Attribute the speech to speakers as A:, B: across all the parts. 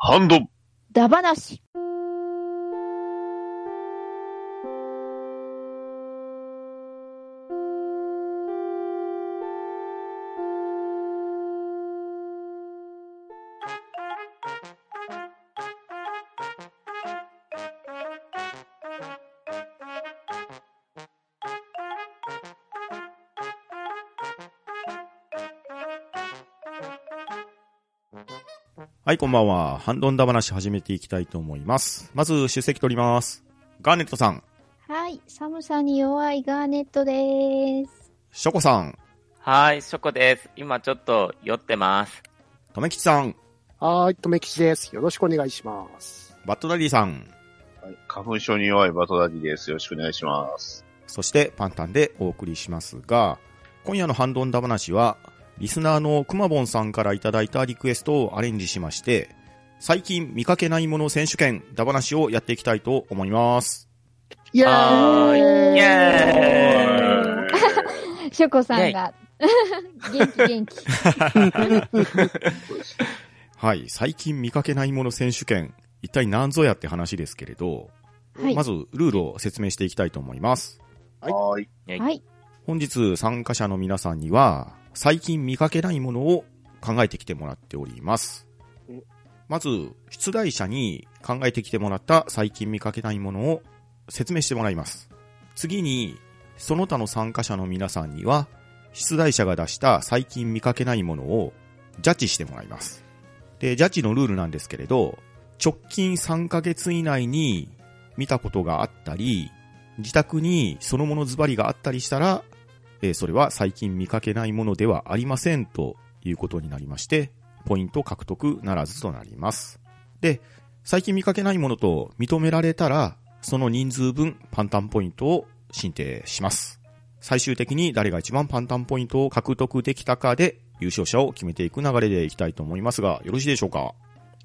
A: ハンド。
B: ダバなし。
C: はい、こんばんは。ハンドンダ話始めていきたいと思います。まず、出席取ります。ガーネットさん、
B: はい。寒さに弱いガーネットでーす。
C: ショコさん、
D: はーい、ショコです。今ちょっと酔ってます。
C: とめきちさん、
E: はーい、とめきちです。よろしくお願いし ます。
C: バットダディさん、
A: はい花粉症に弱いバトダディです。よろしくお願いします。
C: そしてパンタンでお送りしますが、今夜のハンドンダ話は、リスナーのくまぼんさんからいただいたリクエストをアレンジしまして、最近見かけないもの選手権、ダ話をやっていきたいと思います。
E: イエ
D: は
E: ーイ
D: イエ
A: は
B: ショコさんが。 元気元気。
C: はい、最近見かけないもの選手権、一体何ぞやって話ですけれど、
B: はい
C: ま。ずルールを説明していきたいと思います。
A: いはーい。
B: はい。
C: 本日参加者の皆さんには、最近見かけないものを考えてきてもらっております
E: うん。
C: まず、出題者に考えてきてもらった最近見かけないものを説明してもらいます。次に、その他の参加者の皆さんには、出題者が出した最近見かけないものをジャッジしてもらいます。で、ジャッジのルールなんですけれど、直近3ヶ月以内に見たことがあったり、自宅にそのものズバリがあったりしたら、えーそれは最近見かけないものではありませんということになりまして、ポイント獲得ならずとなります。で、最近見かけないものと認められたら、その人数分パンタンポイントを申請します。最終的に誰が一番パンタンポイントを獲得できたかで優勝者を決めていく流れでいきたいと思いますが、よろしいでしょうか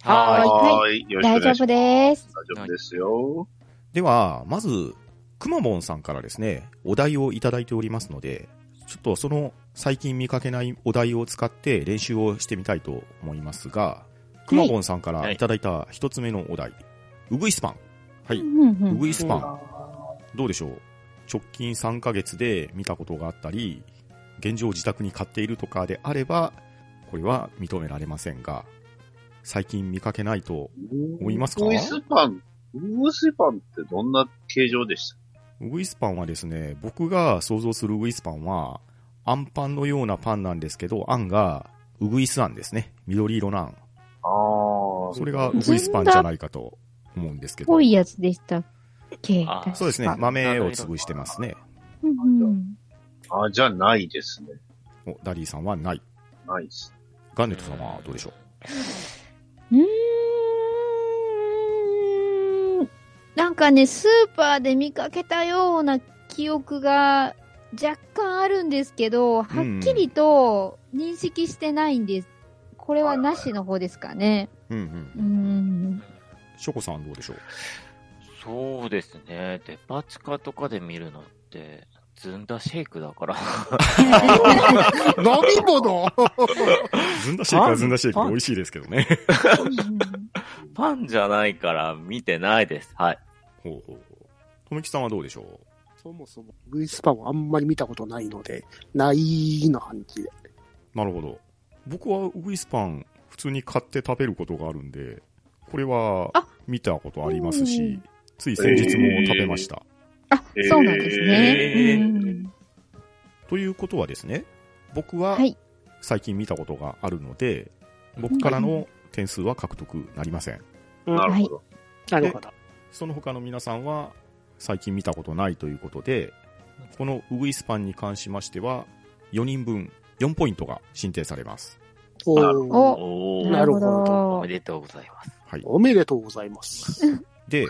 B: はーい
A: はーい。よろしくお
B: 大
A: 願
B: 丈
A: いしま
B: 夫でーす。
A: す。大丈夫ですよ。
C: では、まず、くまモンさんからですね、お題をいただいておりますので、ちょっとその最近見かけないお題を使って練習をしてみたいと思いますが、くまモンさんからいただいた一つ目のお題、うぐいすパン。はい。
B: うんう
C: うんぐいすパン。どうでしょう直近3ヶ月で見たことがあったり、現状自宅に買っているとかであれば、これは認められませんが、最近見かけないと、思いますか
A: ウグイスパン、ウグイスパンってどんな形状でした
C: ウグイスパンはですね、僕が想像するウグイスパンは、あんパンのようなパンなんですけど、あんが、ウグイスあんですね。緑色のあん。
A: ああ
C: それがウグイスパンじゃないかと思うんですけど
B: ぽ。いやつでしたっけ
D: あ
B: 確か
C: そうですね。豆を潰してますね。
B: うんうん
A: あ、じゃないですね。
C: お、ダディさんはない。
A: ないです。
C: ガンネットさんはどうでしょ
B: うーん。なんかね、スーパーで見かけたような記憶が若干あるんですけど、はっきりと認識してないんです。これはなしの方ですかね。
C: ううんうん。
B: うん。
C: ショコさんはどうでしょう
D: そうですね。デパ地下とかで見るのって、ずんだシェイクだから。
E: 飲み物
C: ずんだ
D: シェイクはずんだシェイクで美味
C: しいですけどね。
D: パンじゃないから見てないです。はい。
C: ほうほうほう。とめきさんはどうでしょう
E: そもそも、グイスパンはあんまり見たことないので、ないの感じで。
C: なるほど。僕はウグイスパン、普通に買って食べることがあるんで、これは
B: あ
C: 見たことあります
B: う
C: し
B: ん、
C: つい先日も食べました。
B: あ、そうなんですね。
D: えー
B: うん
C: ということはですね、僕は
B: はい。
C: 最近見たことがあるので、僕からの点数は獲得なりません。
A: なるほど。
E: なるほど。
C: その他の皆さんは最近見たことないということで、このウグイスパンに関しましては、4人分4ポイントが申請されます。
E: お
B: お
E: ー
D: お
E: な
D: ー。
E: るほど
D: お
B: ど
D: め。でとうございます。
C: はい。
E: おめでとうございます。
C: で、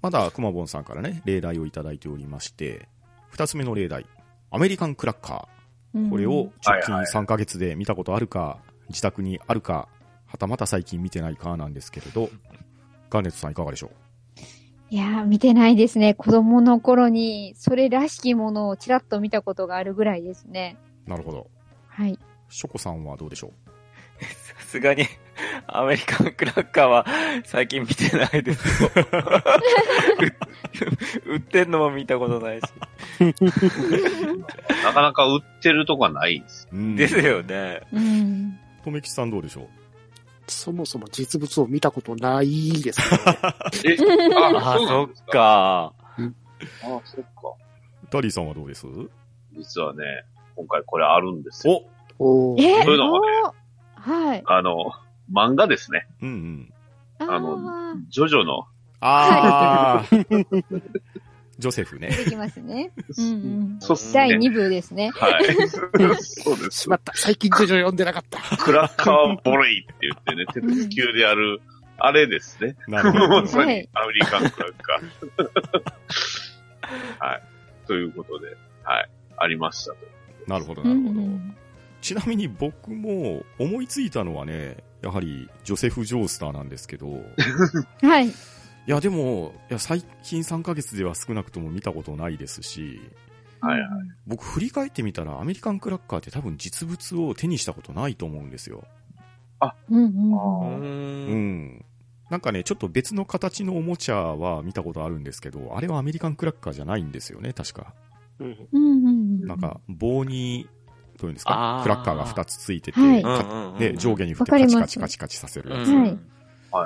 C: まだくまぼんさんからね、例題をいただいておりまして、二つ目の例題、アメリカンクラッカー。これを直近
A: はいはい
C: 3ヶ月で見たことあるか、自宅にあるか、はたまた最近見てないかなんですけれど、ガーネットさんいかがでしょ
B: いやー、見てないですね。子供の頃に、それらしきものをちらっと見たことがあるぐらいですね。
C: うなるほど。
B: はい。
C: ショコさんはどうでしょ
D: さすがに、アメリカンクラッカーは最近見てないです よ。売ってんのも見たことないし。
A: なかなか売ってるとこはない です。
C: うん
D: ですよね。
B: うん。
C: とめきちさんどうでしょ
E: そもそも実物を見たことないです けどね。
A: え、
D: あ、そっ。
A: あ、
D: か。
A: そっか。
C: うダリーさんはどうです
A: 実はね、今回これあるんですよ。
C: お
E: おー
B: え
A: そういうのが
B: おはい。
A: あの、漫画ですね。
C: うんうん。
B: あ
A: あの
B: ー
A: ジョジョの、
C: あー。 ジョセフね。
B: 出てきま すね。うんうん。
A: そうっす
B: 第
A: ね。
B: 2部です ね。
A: はい。そうです。
E: しまった。最近ジョジョ読んでなかった。
A: クラッカーボレイって言って ね、鉄球でやる、あれですね。
C: なるほ
A: もう
C: ど
A: ま。さ
B: は
A: に
B: い
A: アメリカンクラッカー。 はい。ということで、はい。ありましたと。
C: なるほど、
B: う
C: なるほど。
B: ん
C: ちなみに僕も思いついたのはね、やはりジョセフ・ジョースターなんですけど、 い
B: うん。はい。。
C: やでも、いや最近3ヶ月では少なくとも見たことないですし、
A: はいはい
C: 僕振り返ってみたらアメリカンクラッカーって多分実物を手にしたことないと思うんですよ。
B: うんうん
D: う。
A: あ
C: うんん。なんかね、ちょっと別の形のおもちゃは見たことあるんですけど、あれはアメリカンクラッカーじゃないんですよね、確か。
E: うん。
B: うんうんうん。
C: なんか棒に、どういうんです
D: あ
C: か
D: ー
C: クラッカーが2つついてて、
B: はい
D: うん
C: か
D: うんうん
C: で、上下に振って
B: わかり
C: カチ
B: ま
C: カ
B: す
C: チカチカチさせる
D: う
C: やつ。
B: はい
D: ん。
A: はい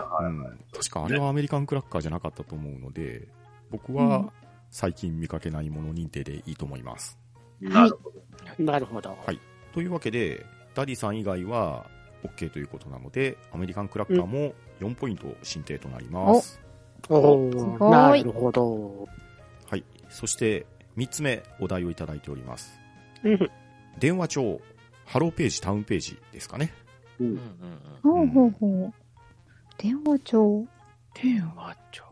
A: は
C: う
A: い。
C: ん、確かあれはアメリカンクラッカーじゃなかったと思うので、僕
B: う
C: は
B: ん
C: 最近見かけないもの認定でいいと思います。
A: なるほど。
E: なるほど。
C: いというわけで、ダディさん以外は OK ということなので、アメリカンクラッカーも4ポイント進呈となります。
E: お
B: す
E: ー
B: ごい
E: なるほど。
C: はい、そして3つ目お題をいただいております。
E: うん
C: 電話帳、ハローページ、タウンページですかね。
D: うんうんうん
B: ほうほうほう。電話帳。
D: 電話帳。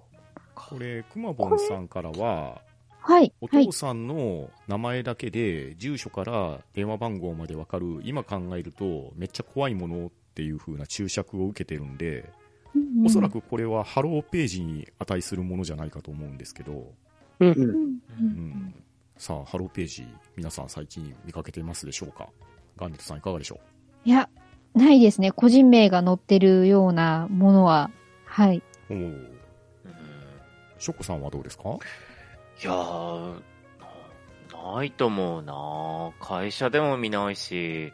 C: これ、くまぼんさんからは、
B: はい。
C: お
B: はい
C: 父。さんの名前だけで、住所から電話番号までわかる、今考えるとめっちゃ怖いものっていう風な注釈を受けてるんで、
B: うんうん
C: おそら。くこれはハローページに値するものじゃないかと思うんですけど、
E: うん
B: うんう
C: うんん、さあ、ハローページ、皆さん最近見かけていますでしょうかガンネットさんいかがでしょ
B: いや、ないですね。個人名が載ってるようなものは。はい。
C: うおー
D: うん
C: ショッコさんはどうですか
D: いやー、なないと思うな会社でも見ないし、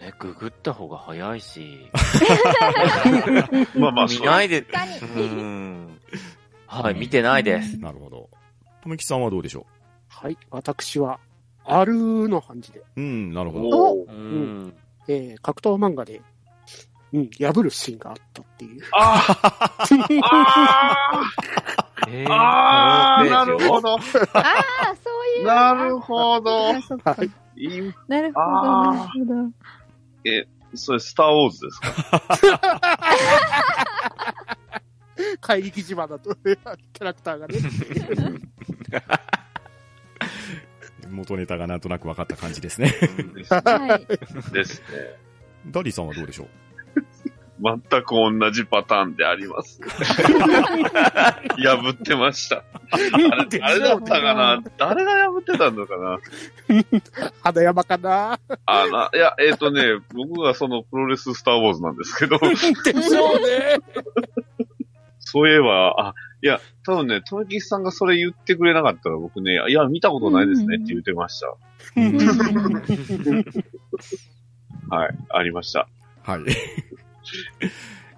D: ね、ググった方が早いし。
A: まあまあ、
D: 見
A: そう
D: ないで、
B: 確
D: う
B: かに
D: ん。はい、見てないです。
C: なるほど。とめきさんはどうでしょ
E: はい。私は、あるの感じで、
C: ううん、なるほど。
A: おー
D: うん。
E: えー格闘漫画で、うん、破るシーンがあったっていう。
A: あああ
D: え
A: あああなるほ
D: ど。
A: ど。
B: あ あ、そういう。
A: なるほど。
B: あそっか
E: はい
A: い
B: なるほど、
A: あー
B: なるほど。
A: それ、スターウォーズですか
E: 怪力島だと、 キャラクターがね。
C: 元ネタがなんとなく分かった感じですね。
A: ですね
B: はい。
A: ですね。
C: ダリーさんはどうでしょう
A: 全く同じパターンであり ます。破ってました。あれ、あれだったかな誰が破ってたのかな
E: 花山 かな
A: あな、いや、えっ、とね、僕がそのプロレススターウォーズなんですけど、
E: でしょうね。
A: そういえば、あ、いや、多分ね、富木さんがそれ言ってくれなかったら僕ね、いや、見たことないですねって言ってました。
B: うん
A: はい、ありました。
C: はい。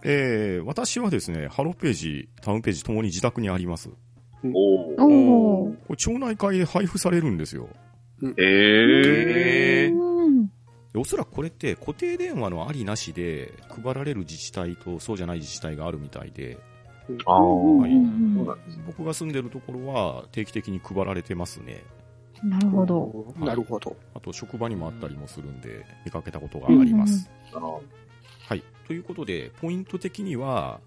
C: えー、私はですね、ハローページ、タウンページともに自宅にあります。こ
A: おー。
B: おー。
C: れ町内会で配布されるんですよ。
A: ええ
D: えー
B: うん
C: でおそらくこれって固定電話のありなしで配られる自治体とそうじゃない自治体があるみたいで、
A: ー。あ
B: うんう
A: ー。そうう
B: ん
A: んなんですね
C: 僕が住んでるところは定期的に配られてますね。
B: なるほど。
E: なるほど。
C: あと職場にもあったりもするんで、見かけたことがあります。
A: あの
C: はい。ということで、ポイント的には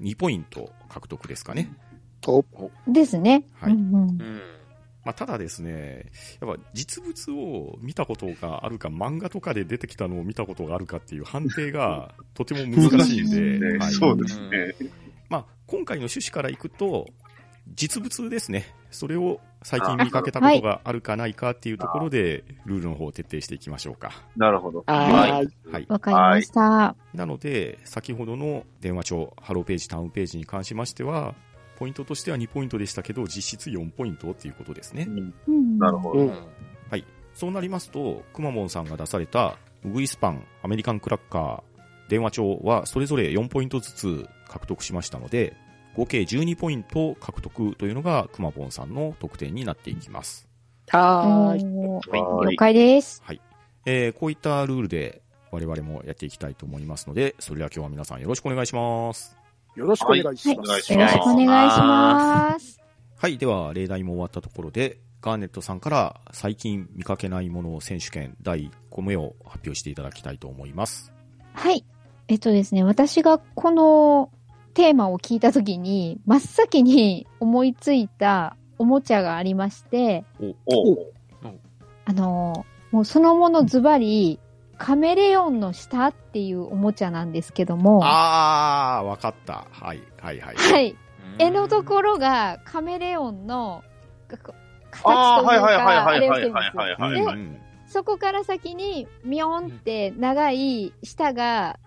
C: 2ポイント獲得ですかね。
E: と、
B: ですね。
C: はい
B: うんうん
D: うん
C: まあ、ただですね、やっぱ実物を見たことがあるか、漫画とかで出てきたのを見たことがあるかっていう判定 がとても難しいんで、
A: ね
C: はい
A: そうですね。
C: まあ、今回の趣旨からいくと、実物ですね。それを最近見かけたことがあるかないかっていうところで、ルールの方を徹底していきましょうか。
A: なるほど。
E: あー
C: はい。
B: わかりました。
C: なので、先ほどの電話帳、ハローページ、タウンページに関しましては、ポイントとしては2ポイントでしたけど、実質4ポイントっていうことですね
A: う。ん
B: うん
A: なるほ
E: う
A: ど。
E: ん
C: はい。そうなりますと、くまモンさんが出された、ウグイスパン、アメリカンクラッカー、電話帳はそれぞれ4ポイントずつ獲得しましたので、合計12ポイント獲得というのがくまモンさんの得点になっていきます。
E: はーい。
B: おー
A: はー
B: 了
A: い。
B: 解です。
C: えー、こういったルールで我々もやっていきたいと思いますので、それでは今日は皆さんよろしくお願いします。
E: よろしくお願いしま
A: はい
E: す。
A: お願いしま
B: よろ
A: す
B: しくお願いします。
C: はい、では例題も終わったところで、ガーネットさんから最近見かけないもの選手権第5名を発表していただきたいと思います。
B: はい。えっとですね、私がこのテーマを聞いたときに、真っ先に 思いついたおもちゃがありまして、
A: おう
B: あのーもうそのものズバリ、カメレオンの舌っていうおもちゃなんですけども、は
C: あー、わかった。はい、はい、はい。
B: い。絵のところがカメレオンのかこ形と
A: ああ、
B: い
A: はいうはいはい
B: か、あ
A: は
B: れ
A: い
B: を
A: は
B: し
A: い
B: てるんで
A: はい
B: すよ
A: はいはい。
C: うん
A: は
C: う
A: い
C: ん
B: そこから先に、ミョンって長い舌が、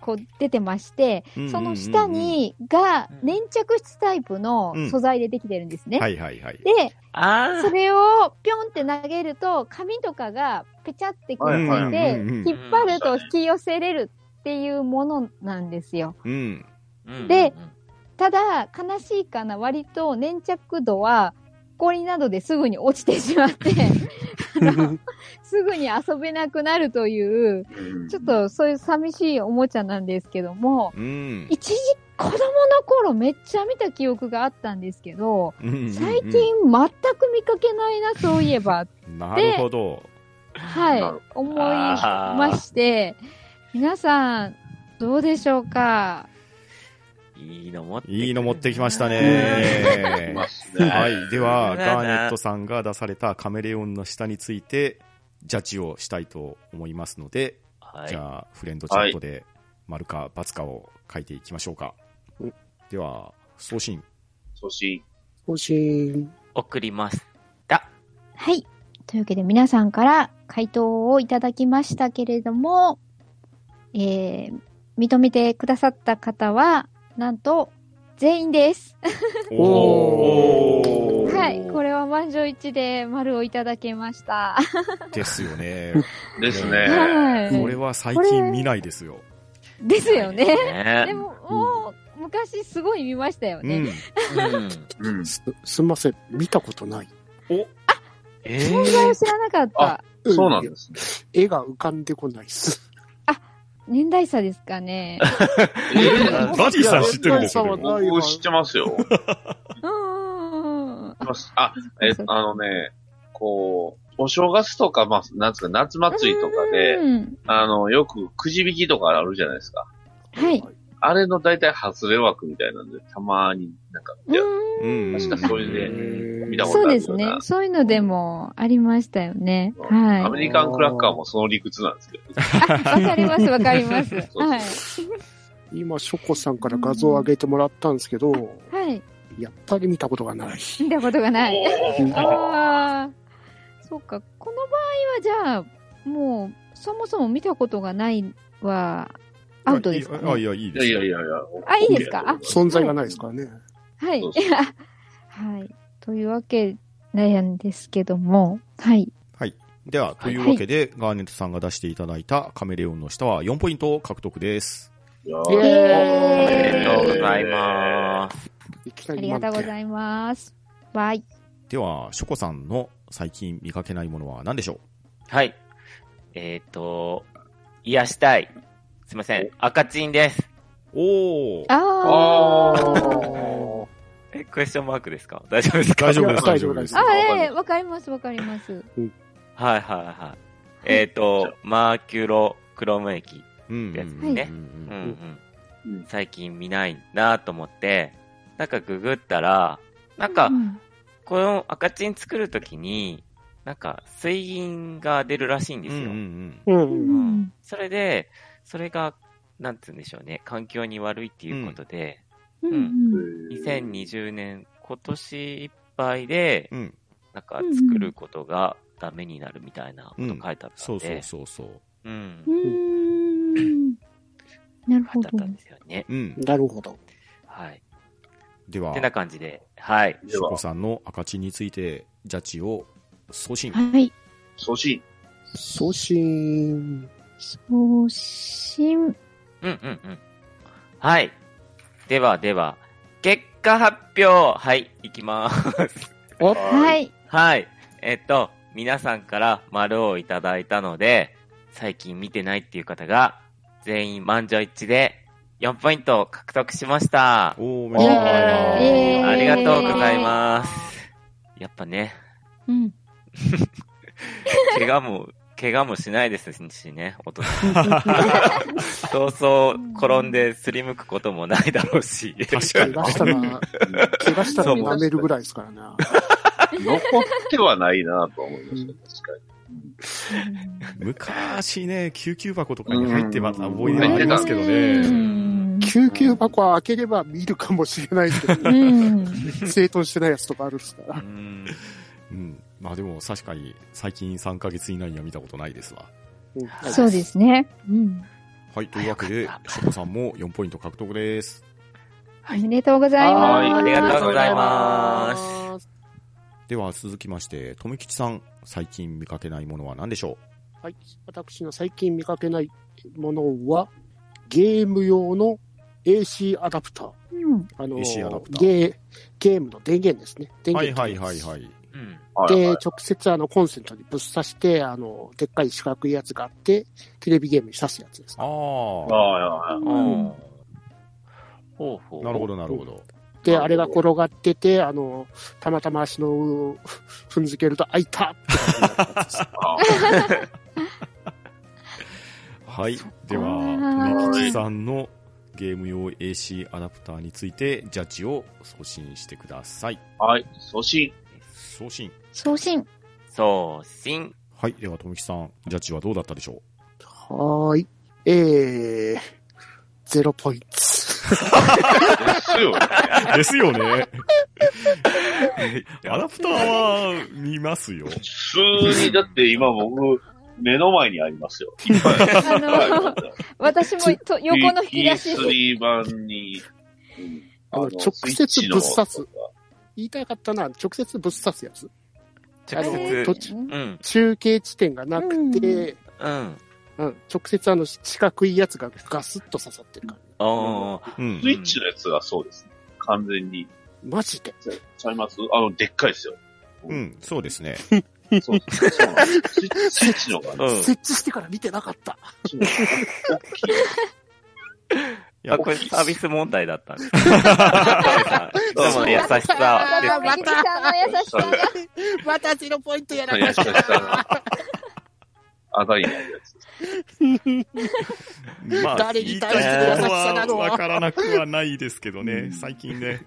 B: こう出てまして、その下、に、が
D: うん
B: 粘着質タイプの
C: うん
B: 素材でできてるんですね。
C: はいはいはい。
B: で、
D: あ
B: それをぴょんって投げると、紙とかがぺちゃってくっつ
A: はいい
B: て、
C: うん
B: 引っ張ると引き寄せれるっていうものなんですよ。
C: うん。
D: あ
B: で、ただ、悲しいかな、割と粘着度は、氷などですぐに落ちてしま って、あのすぐに遊べなくなるという、
A: うん
B: ちょっ、とそういう寂しいおもちゃなんですけども、
C: うん
B: 一時、子供の頃めっちゃ見た記憶があったんですけど、
C: うん
B: 最近全く見かけないな、そういえば、
C: なるほど。
B: はい
A: なる、
B: 思いまして、皆さん、どうでしょうか
D: いいの持って
C: いいの持ってきました
A: い
C: ね
A: ま。すね。
C: は
A: はい。
C: い。では、ガーネットさんが出されたカメレオンの下について、ジャッジをしたいと思いますので、
D: はい
C: じゃあ、フレンドチャットで、丸か×かを書いていきましょうか
E: うん。
C: では、送信。
A: そし、
E: 方針。
D: 送りました。
B: はい。というわけで皆さんから回答をいただきましたけれども、えー、認めてくださった方は、なんと、全員です。
A: おー
B: はい。これは満場一致で丸をいただけました。
C: ですよね。
A: ですね。
B: は
C: これ
B: い。
C: は最近見ないですよ。
B: ですよね。
D: ね
B: でも、もう、昔すごい見ましたよ
C: う
B: ね。
C: ん。
D: うん
A: うん。
E: す、すみません。見たことない。。
C: お
D: え
B: 存在を知らなかった。
A: そうなんですす
E: 絵が浮かんでこないっす。
B: 年代差ですかね。
A: ね。
C: バディさん知ってるんですよ
E: いや
C: でも
E: バディさんはないわ
A: 僕知ってますよ。知って
B: うーん。
A: ますあ、 え、あのね、こう、お正月とか、まあ、なんつうか、夏祭りとかで、
B: うん
A: あの、よくくじ引きとかあるじゃないですか。
B: はい。
A: あれの大体外れ枠みたいなんで、たまになんか、いや
B: うーん
C: うん
A: 確かそれ
E: へ
A: で
E: ー
A: 見たこと
B: そう
A: ある
B: で
A: よ
B: す
A: う
B: ね
A: な。。
B: そういうのでもありましたよね。
A: ア
B: は
A: メリカンクラッカーもその理屈なんですけど。
B: い。わかります、わか ります。はい。
E: 今、ショコさんから画像を上げてもらったんですけど、
B: はい。
E: やっぱり見たことがない。
B: 見たことがない。
A: おー
B: ああ。そうか。この場合は、じゃあ、もう、そもそも見たことがないは、アウトですか、
C: あ、
B: ね、
C: いや、いい
A: い
C: で
A: や
C: す
A: い
C: よ
A: やいやいや。
B: あいいですかあ
E: 存在がないですからね。
B: はい
A: そうそう。
B: はい。というわけなんですけども、はい。
C: はい。では、というわけで、ガーネットさんが出していただいたカメレオンの下は4ポイント獲得です。
A: いや
E: イ
A: ー
D: おめ
E: エーイ
D: でとうございます。
E: いきな
B: あ
E: り
B: りが
E: 満
B: とうご
E: 点。
B: ざいます。バイ。
C: では、ショコさんの最近見かけないものは何でしょ
D: はい。えっ、と、癒したい。すいません。赤チンです。
C: うおお
B: ああ
A: ー
D: え、クエスチョンマークですか大丈夫ですか
C: 大丈夫です、
E: いや
C: 大丈夫です
E: 大。
B: あ、ええ、わかります、わかります。
D: はいはいはい。えっ、 と、マーキュロクロム液。
C: うんうん
D: です
C: うん
D: ね
C: うん
D: うんうん
A: うん
D: 最近見ないなと思って、なんかググったら、なんか
B: う、ん
D: この赤チン作るときに、なんか、水銀が出るらしいんで
C: う
D: す
C: ん
D: よ。
C: うん
E: う。
B: うんん
D: それで、それが、なんつうんでしょうね、環境に悪いっていうことで、
B: うんうん
D: 2020年今年いっぱいで、
C: うん。
D: なんか作ることがダメになるみたいなこと書いてあったんで、
C: そうそうそうそう。
D: うん
B: う。ーん。なる
D: 書
B: ほ
D: いてあっ
B: ど
D: た。んですよね。
C: うん。
E: なるほど。
D: はい。
C: では
D: て、な感じで、はい。
C: しこさんの赤字について、ジャッジを送信。
B: はい。
A: 送信。。
E: 送信。
B: 送信。
D: うんうんうん。はい。ではでは、結果発表はい、いきます。
B: はいい。
D: はい。えっと、皆さんから丸をいただいたので、最近見てないっていう方が、全員満場一致で、4ポイント獲得しました。
C: おー、おめ
A: イ
C: で
A: エ
C: とうございま
B: ーイ
C: す。
D: ありがとうございます。やっぱね、
B: うん。
D: 怪我も、 怪我もしないですしね、大人。そうそう転んですりむくこともないだろうし。
E: 怪我したら、怪我したら
D: そう
E: 舐めるぐらいですからな。
A: 残ってはないなとは思いましたね、確かに。
C: 昔ね、救急箱とかに入ってまた思い出
A: うん
C: がありますけど
B: う
C: ね。
B: ん
E: 救急箱は開ければ見るかもしれないけ ど、
B: うん。
E: 整頓してないやつとかあるんですか
D: う
E: ら。
D: ん
C: うん。まあでも確かに最近3ヶ月以内には見たことないですわ。
E: うん。
B: そうですね。うん。
C: はい、というわけで
D: よかっ、た
C: しこさんも4ポイント獲得です。
B: おめでとうございま
A: は
B: す。
A: いありがとうござい
D: ます
C: では続きまして、とめきちさん、最近見かけないものは何でしょ
E: はい。私の最近見かけないものは、ゲーム用の AC アダプター。
B: うん
E: あの
C: AC アダプター
E: ゲー、ゲームの電源ですね。電
C: うはい
E: 源
C: はいはいはい。
D: うん
A: はい
E: で、
A: はい。
E: 直接あのコンセントにぶっ刺して、あの、でっかい四角いやつがあって、テレビゲームに刺すやつです。
C: あー、
A: はいはい
B: うん
D: ほうほう。
C: なるほどなるほど。
E: で、あれが転がってて、あの、たまたま足の踏んづけると、あいた
A: あ
C: はい
B: そっか。
C: では、とめきちさんのゲーム用 AC アダプターについて、ジャッジを送信してください。
A: ーはい、送信。
C: 送信。
B: 送信。
D: 送信。
C: はい。では、とめきちさん、ジャッジはどうだったでしょ
E: はーい。えー、ゼロポイント。
A: ですよね。
C: う ですよね。アダプターは見ますよ。
A: 普通に、だって今僕、目の前にありますよ。
B: あの、私もと横の引き出し。
A: PS3 版に、うん
E: あの直接ぶっ刺す。言いたかったな、直接ぶっ刺すやつ。
D: 直
E: あの
D: 接
E: ど。っち
D: うん。
E: 中継地点がなくて、
D: うん。
E: うん直接あの四角いやつがガスッと刺さってる感じ。
D: おー。
C: うん
A: スイ。ッチのやつがそうですね。完全に。
E: マジで。
A: ちゃいますあの、でっかいです よ。
C: うん、そうですね。
A: そうそうそうなんです。スイッチスイッチの方がね、
D: うん。
E: 設置してから見てなかった。
A: そうなんです大きい。
C: い
D: あ、
C: や、
D: これサービス問題だ ったんです。
A: どう
D: でも
A: も
D: 優しさ
B: また、ミキさんの優しさが。
E: またゼロポイント やら
A: 優
E: か
A: し
E: し
A: さ
E: た。
A: が。当たりないやつです。
C: まあ、
E: 誰
C: 言
E: に
C: い
E: 対
D: して
C: たいこと
E: 優しさな
C: は
E: の
C: わからなくはないですけど
A: う
C: ね
A: ん、
C: 最近ね、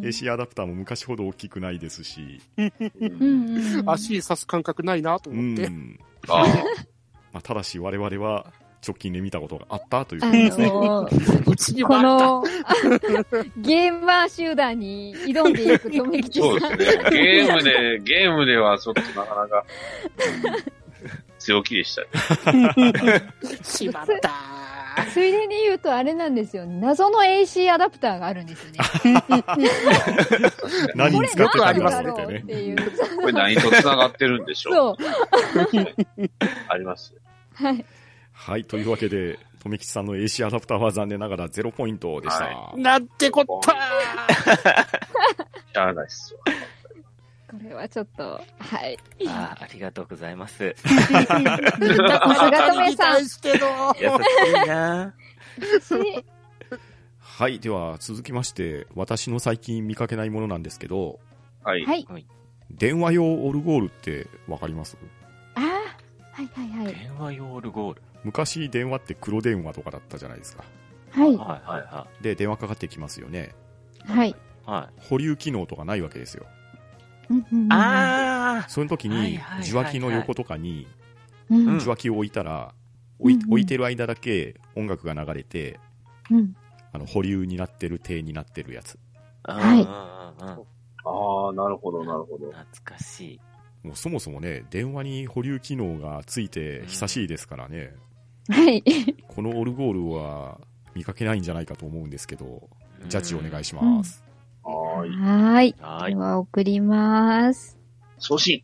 C: AC アダプターも昔ほど大きくないですし、
B: う
A: うん
B: んうん
E: 足刺す感覚ないなと
C: う
E: 思って。
C: ん。
A: あー
C: まあ、ただし我々は直近で見たことがあったというこ
B: あ
C: とですね。
B: の、
E: うちに
B: こ
E: はあった。
B: の、ゲーマー集団に挑んでいくとめきち
A: そう
B: さ
A: ですね。ゲームで、ゲームではちょっとなかなか、強気でしたね。
E: しまった。
B: ん。ついでに言うとあれなんですよね。謎の AC アダプターがあるんですよね。
C: 何に使ってたんだろう
B: これなんだろう
C: って
B: っ
C: ね。
B: ていう。
A: これ何と繋がってるんでしょう
B: そう。
A: あります。
B: はい。
C: はい、というわけで、とめきちさんの AC アダプターは残念ながら0ポイントでした。
A: は
E: なんてこった
A: しゃあないっすわ。
B: これはちょっと、はい。
D: あーありがとうございます。
B: さすがとめ
E: に
B: さん
E: 対しての。
D: 優しいな
B: し
C: はい、では続きまして、私の最近見かけないものなんですけど、
A: はい。
B: はい。
C: 電話用オルゴールってわかります
B: ああ、はいはいはい。
D: 電話用オルゴール。
C: 昔電話って黒電話とかだったじゃないですか。
B: はい。
D: はいはいは
C: で、電話かかってきますよね。
B: はい。
D: い。はい。
C: 保留機能とかないわけですよ。
B: うんうんうん
D: あ
C: その時
D: はいはい
C: に
D: はいはい
C: 受話器の横とかに
B: うん
D: うん
C: 受話器を置いたら、置い
B: うんうん
C: 置いてる間だけ音楽が流れて、
B: うん
C: あの保留になってる、手になってるやつ。
D: ー。
B: はい
D: い。
A: ああ、なるほど、なるほど。
D: 懐かしい。
C: もうそもそもね、電話に保留機能がついて久しいですからね、
B: はい。
C: このオルゴールは見かけないんじゃないかと思うんですけど、ジャッジお願いします。
A: はーい。
B: はーい。
D: ます。はー
B: で
D: い。
B: は送ります。
A: 送信。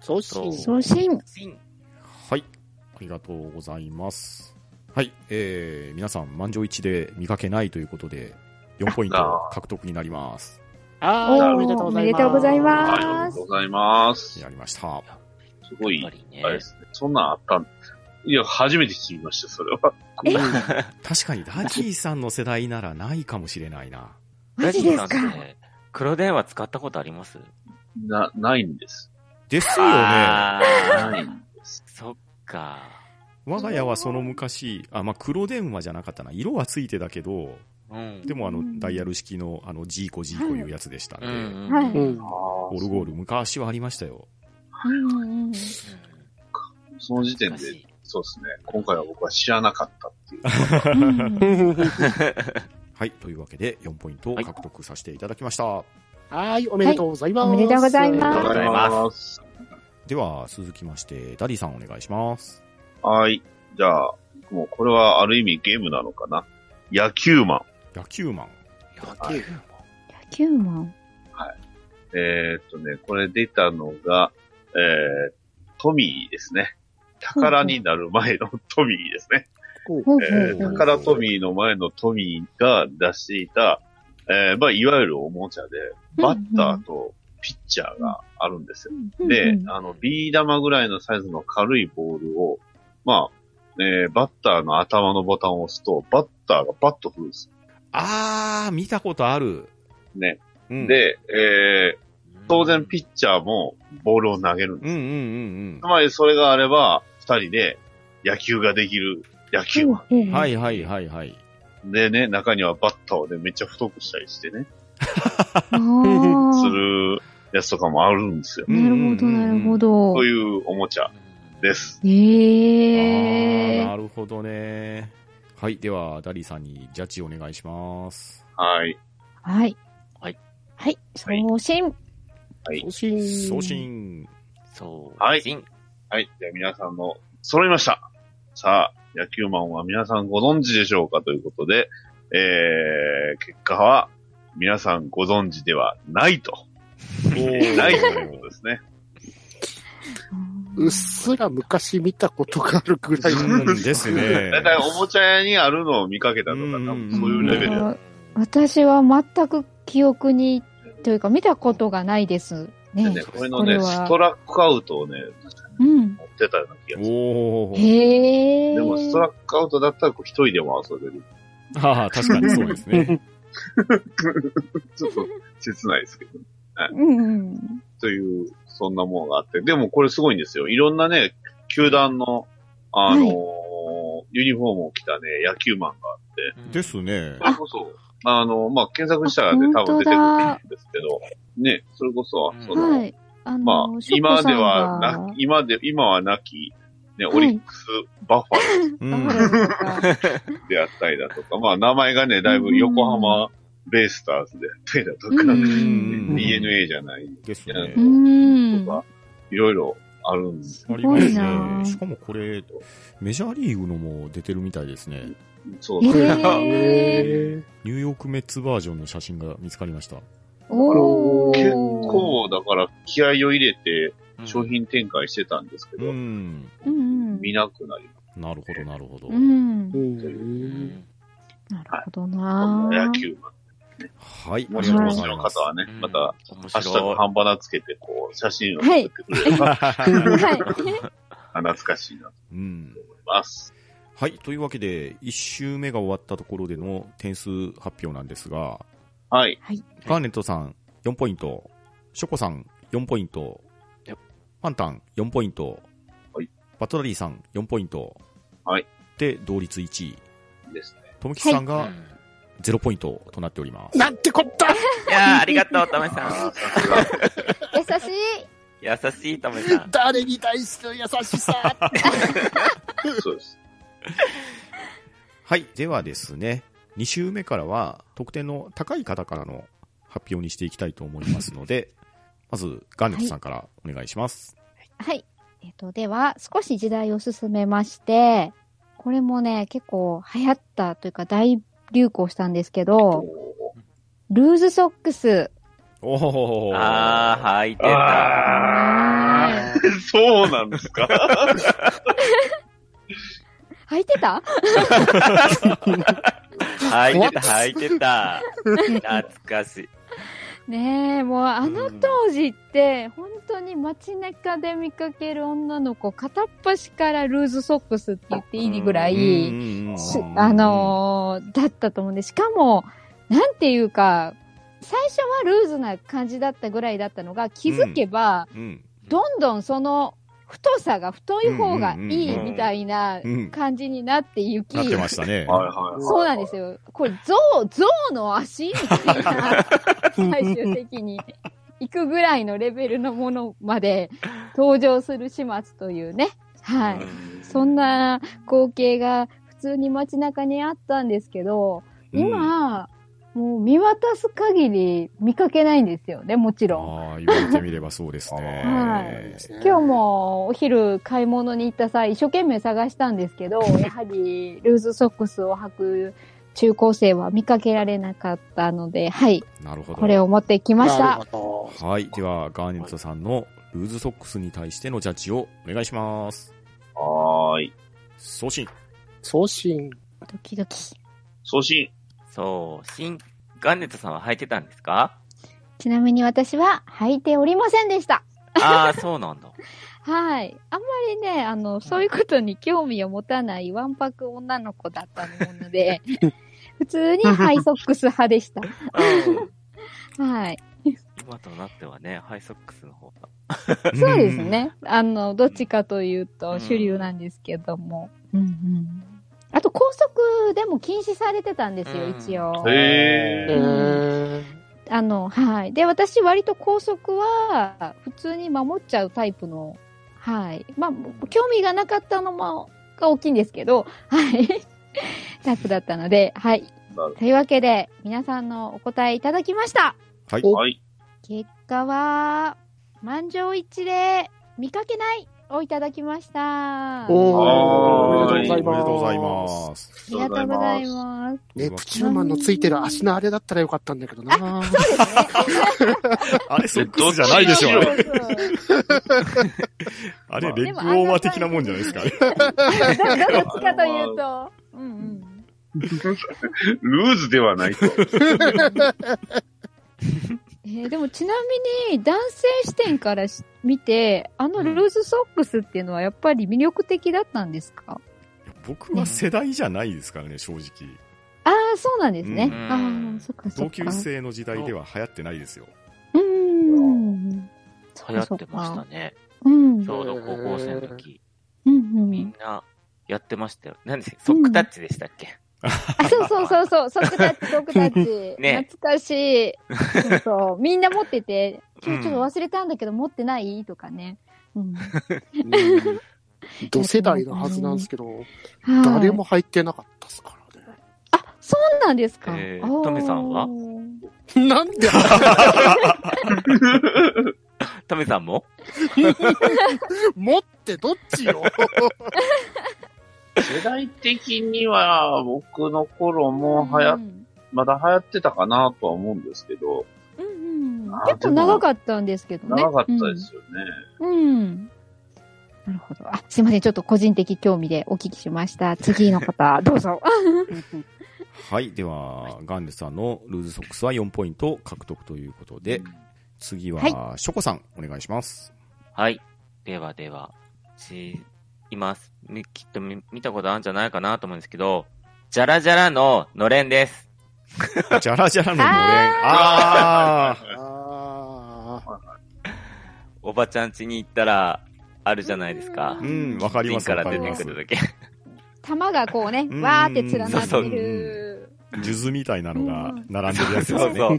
E: 送信。
D: そう
B: 送信。
C: はい。ありがとうございます。はい。えー、皆さん、満場一致で見かけないということで、4ポイント獲得になります。
E: あ
B: お
E: あ、
B: ー
E: おめでとうございます。
B: おめでとうござ
A: は
B: い
A: い、
B: ま
A: ありがとうございます。
C: やりました。
A: すごい
D: やっぱ、りね
A: あれですね。そんなんあったんいや、初めて聞きました、それは。
C: 確かに、ダディさんの世代ならないかもしれないな。
B: マジですか
D: ラジオさんって黒電話使ったことあります
A: な、ないんです。
C: ですよね。
D: あー
A: ないんです。
D: そっか。
C: 我が家はその昔、あ、まあ、黒電話じゃなかったな。色はついてたけど、
D: うん。
C: でもあ
B: う
C: の、
B: ん
C: ダイヤル式の、あの、ジーコジーコいうやつでしたんで、
D: うんうん
B: は
D: う。
B: い
E: うんん。
A: オ
C: オルゴール昔はありましたよ。
B: うんうんうん
A: その時点で、そうですね。今回は僕は知らなかったっていう。
B: うん
C: はい。というわけで、4ポイントを獲得させていただきました。
E: はい、おめでとうございます。
B: はいおめでとうございます
A: ありがとうございます。
C: では、続きまして、ダディさんお願いします。
A: はい。じゃあ、もうこれはある意味ゲームなのかな。野球マン。
C: 野球マン。
D: 野球
B: 野球マン。
A: えーっとね、これ出たのが、えー、トミーですね。宝になる前のトミーですね。
E: おう
B: ほう
A: えー
B: ほうほう
A: 宝トミーの前のトミーが出していた、えーまあ、いわゆるおもちゃで、バッターとピッチャーがあるんですよ。
B: う
A: で
B: んう、ん
A: あの、ビー玉ぐらいのサイズの軽いボールを、まあ、えーバッターの頭のボタンを押すと、バッターがバッと振るんです
C: あー、見たことある。
A: ね。
C: うん、
A: で、えー当然ピ
D: ッ
A: ッチャーもボールを投げるんです
C: うんうんうん
A: つまりそれがあれば、二人で野球ができる野球マ
B: うんう
C: うんん。はいはいはいはい。
A: ン。でね、中にはバッターをね、めっちゃ太くしたりしてね、
B: あー
A: するやつとかもあるんですよ。
B: なるほど、なるほど
A: そう。いうおもちゃです。
B: ええ
C: あーなるほどね。はい。では、ダディさんにジャッジお願いします。
A: はい。
B: はい。
D: はい。
B: はい。送信。
E: 送信。
C: 送。信。
D: そう。
A: はい
D: 人
A: はい。じゃあ皆さんの揃いました。さあ、野球マンは皆さんご存知でしょうかということで、えー、結果は皆さんご存知ではないと。ないということですね。
E: うっすら昔見たことがあるぐらい。
C: うんですね
A: だい。たいおもちゃ屋にあるのを見かけたとか、多分そういうレベル
B: うん私は全く記憶に、というか見たことがないです。
A: で
B: ね。
A: ね、これの
B: これ
A: ね、
B: は
A: ストラックアウトをね、確かに
B: うん。
A: 持ってたような気がする。
C: おー。
B: へえ。
A: でも、ストラックアウトだったら、こう一人でも遊べる。
C: ああ、確かにそうで すね。
A: ちょっと、切ないですけど。
B: うんうん。
A: という、そんなものがあって。でも、これすごいんですよ。いろんなね、球団の、あのーユニフォームを着たね、野球マンが。
C: ですね
A: そ。れこそ、あのーまあ、検索したらね、多
B: あ
A: 分
B: 本
A: 出て
B: 当だ
A: くるんですけど、ね、それこそ、その、
B: はい。あの、
A: まあ、
B: ショコ
A: 今
B: さん
A: で
B: が
A: はな、今で、今はなき、ね、オリックス、バッファローズ
C: うん
B: バファローズとか
A: であったりだとか、まあ名前がね、だいぶ横浜ベイスターズであったりだとか、
B: うん
A: DNA じゃない
C: です
A: や
C: ね
A: つ
B: う。
A: と
B: ん。
A: か、いろいろあるんです。
C: あります
B: すごい
C: ね。
B: な
C: しかもこれ、メジャーリーグのも出てるみたいですね。
A: そう
B: え
A: そう。
B: え。
E: え
C: ニューヨークメッツバージョンの写真が見つかりました。
B: おー。
A: 結構、だから気合を入れて
D: うん
A: 商品展開してたんですけ
C: う
A: ど、
C: ん。
B: うんうん
A: 見なくなりまし
C: なるほど、なるほど。
B: うん
E: ー。う。
D: うんん
B: なるほど
A: た。
B: な
A: 野球マン。
C: はい。
A: も
C: あ
A: し
C: りが
A: も
C: とうご
A: し
C: ざい
A: の
C: ます
A: 方。はね、また、、
D: 面
A: ハッシュタグ
D: 白
A: 半端なつけて、こう、写真を送ってくれれば、
B: はい。
A: あ懐かしいなと
C: うん。
A: 思います。
C: はい。というわけで、1周目が終わったところでの点数発表なんですが、
A: はい。
C: ガーネットさん4ポイント、ショコさん4ポイント
D: よ、
C: パンタン4ポイント
A: はい、
C: バトラリーさん4ポイント、
A: はい。
C: で、同率1位。
A: ですね。
C: ともきさん
D: い。う
C: が
D: ん
C: 0ポイントとなっております。
E: なんてこった
D: いやーありがとう、とめ
A: あ
D: さん
A: ー。さすが
B: 優しい。
D: 優しい、とめさん。
E: 誰に対する優しさ
A: そう です。
C: はい。ではですね、2週目からは、得点の高い方からの発表にしていきたいと思いますので、 まず、ガンネットさんからお願いします。
B: はい。えっ、と、では、少し時代を進めまして、これもね、結構流行ったというか大流行したんですけど、ルーズソックス。
C: おお
D: あー、履いてた。
A: あ
B: は
A: あ、そうなんですか。
B: い履いてた
D: 履いてた、履いてた。懐かしい。
B: ねえ、もうあの当時って、本当に街中で見かける女の子、片っ端からルーズソックスって言っていいぐらい、しあのーだったと思うんで、しかも、なんていうか、最初はルーズな感じだったぐらいだったのが、気づけば、
C: ー、うん。
B: どんどんその太さが太い方がいいみたいな
C: うん。
B: 感じになっていき、
C: なってましたね。
A: はいはい。
B: そうなんですよ。これ、象、象の足みたいな、最終的 に行くぐらいのレベルのものまで登場する始末というね。は
D: う
B: い。
D: ん
B: そんな光景が普通に街中にあったんですけど、今、もう見渡す限り見かけないんですよね、もちろん。
C: ああ、言われてみればそうですね。
B: はい今日もお昼買い物に行った際、一生懸命探したんですけど、やはりルーズソックスを履く中高生は見かけられなかったので、はい、
C: なるほど。
B: これを持ってきました。
E: ど。
C: はい。では、ガーネットさんのルーズソックスに対してのジャッジをお願いします。
A: はーい。
C: 送信。
E: 送信。
B: ドキドキ。
A: 送信。
D: そう、新、ガンネットさんは履いてたんです か
B: ちなみに私は履いておりませんでした。
D: ああ、そうなんだ。
B: はい。あんまりね、あの、そういうことに興味を持たないワンパク女の子だったもの で、普通にハイソックス派でした。
D: うん
B: はい。
D: 今となってはね、ハイソックスの方が。
B: そうですね。あの、どっちかという
D: う
B: と
D: ん
B: 主流なんですけども。うんうんあと、高速でも禁止されてたんですよ、
D: うん
B: 一応。
A: へ
E: え
A: ー。
E: ー、
B: あの、はい。で、私、割と高速は、普通に守っちゃうタイプの、はい。まあ、興味がなかったのも、が大きいんですけど、はい。タイプだったので、はい。
A: なる
B: というわけで、皆さんのお答えいただきました。
C: はい。
A: ほど。はい。
B: 結果は、満場一致で、見かけないをいただきました。
E: おー、お
A: は
E: め
A: い
E: でとう
C: おめでとう
E: ご
C: ご
E: ざ
C: ざい
E: います。
C: ます。
B: ありがとうございます。
E: ね、プチューマンのついてる足のあれだったらよかったんだけど な。
C: あれ、ソックスじゃないでしょ、あれ。
B: そうそう
C: あれ、レッグウォーマー的なもんじゃないですか、ね。
B: だどっちかというと。うん
A: ルーズではないと。
B: うん。 えーでもちなみに男性視点からし見て、あのルーズソックスっていうのはやっぱり魅力的だったんですか
C: 僕は世代じゃないですからね、正直。
B: ああ、そうなんですね。
D: うん
B: ああ、そっかそっ
C: 同
B: か。
C: 級生の時代では流行ってないですよ。
B: うーん。そ
D: 流
B: か
D: 行
B: そ
D: ってました
B: か。
D: ね。
B: うん。
D: ちょうど高校生の時、
B: うんう
D: み
B: ん
D: ん。なやってましたよ。何ですかソックタッチでしたっけ、
B: あ、そうそうそうそう、ソックタッチ、ソックタッチ。
D: ね
B: 懐かしい。そうそう。みんな持ってて、今
D: うん
B: 日ちょっと忘れたんだけど持ってないとかね。 うん。
E: ど世代のはずなんですけど、
B: はい
E: 誰も入ってなかったっすからね。
B: そうなんですか。
D: えー
B: あー
D: トメさんは
E: なんで
D: トミさんも
E: 持ってどっちよ
A: 世代的には、僕の頃も流行
B: う
A: っ、
B: ん
A: まだ流行ってたかなとは思うんですけど、
B: うんうん
A: あー
B: 結構長かったんですけどね。
A: 長かったですよね。
B: うん。うんなるほど。あ、すいません。ちょっと個人的興味でお聞きしました。次 の方、どうぞ。
C: はい。では、ガンネさんのルーズソックスは4ポイント獲得ということで、次は、ショコさん、お願いします。
D: はい。ではでは、し、います。みきっとみ見たことあるんじゃないかなと思うんですけど、ジャラジャラののれんです。
C: ジャラジャラののれん。
A: あ
C: あ
E: ああ、
D: おばちゃん家に行ったら、あるじゃないですか
C: ー。うん、わかり
D: 瓶
C: ます、
D: か
C: わ
D: ら
C: か
D: 出
C: り
D: て
C: ま
D: く
C: す。
D: るだけ。
B: 玉がこうね、
C: うん
B: わーって連なってる。
C: 数珠みたいなのが並んでるやつです
D: そう
C: ね。
D: そう。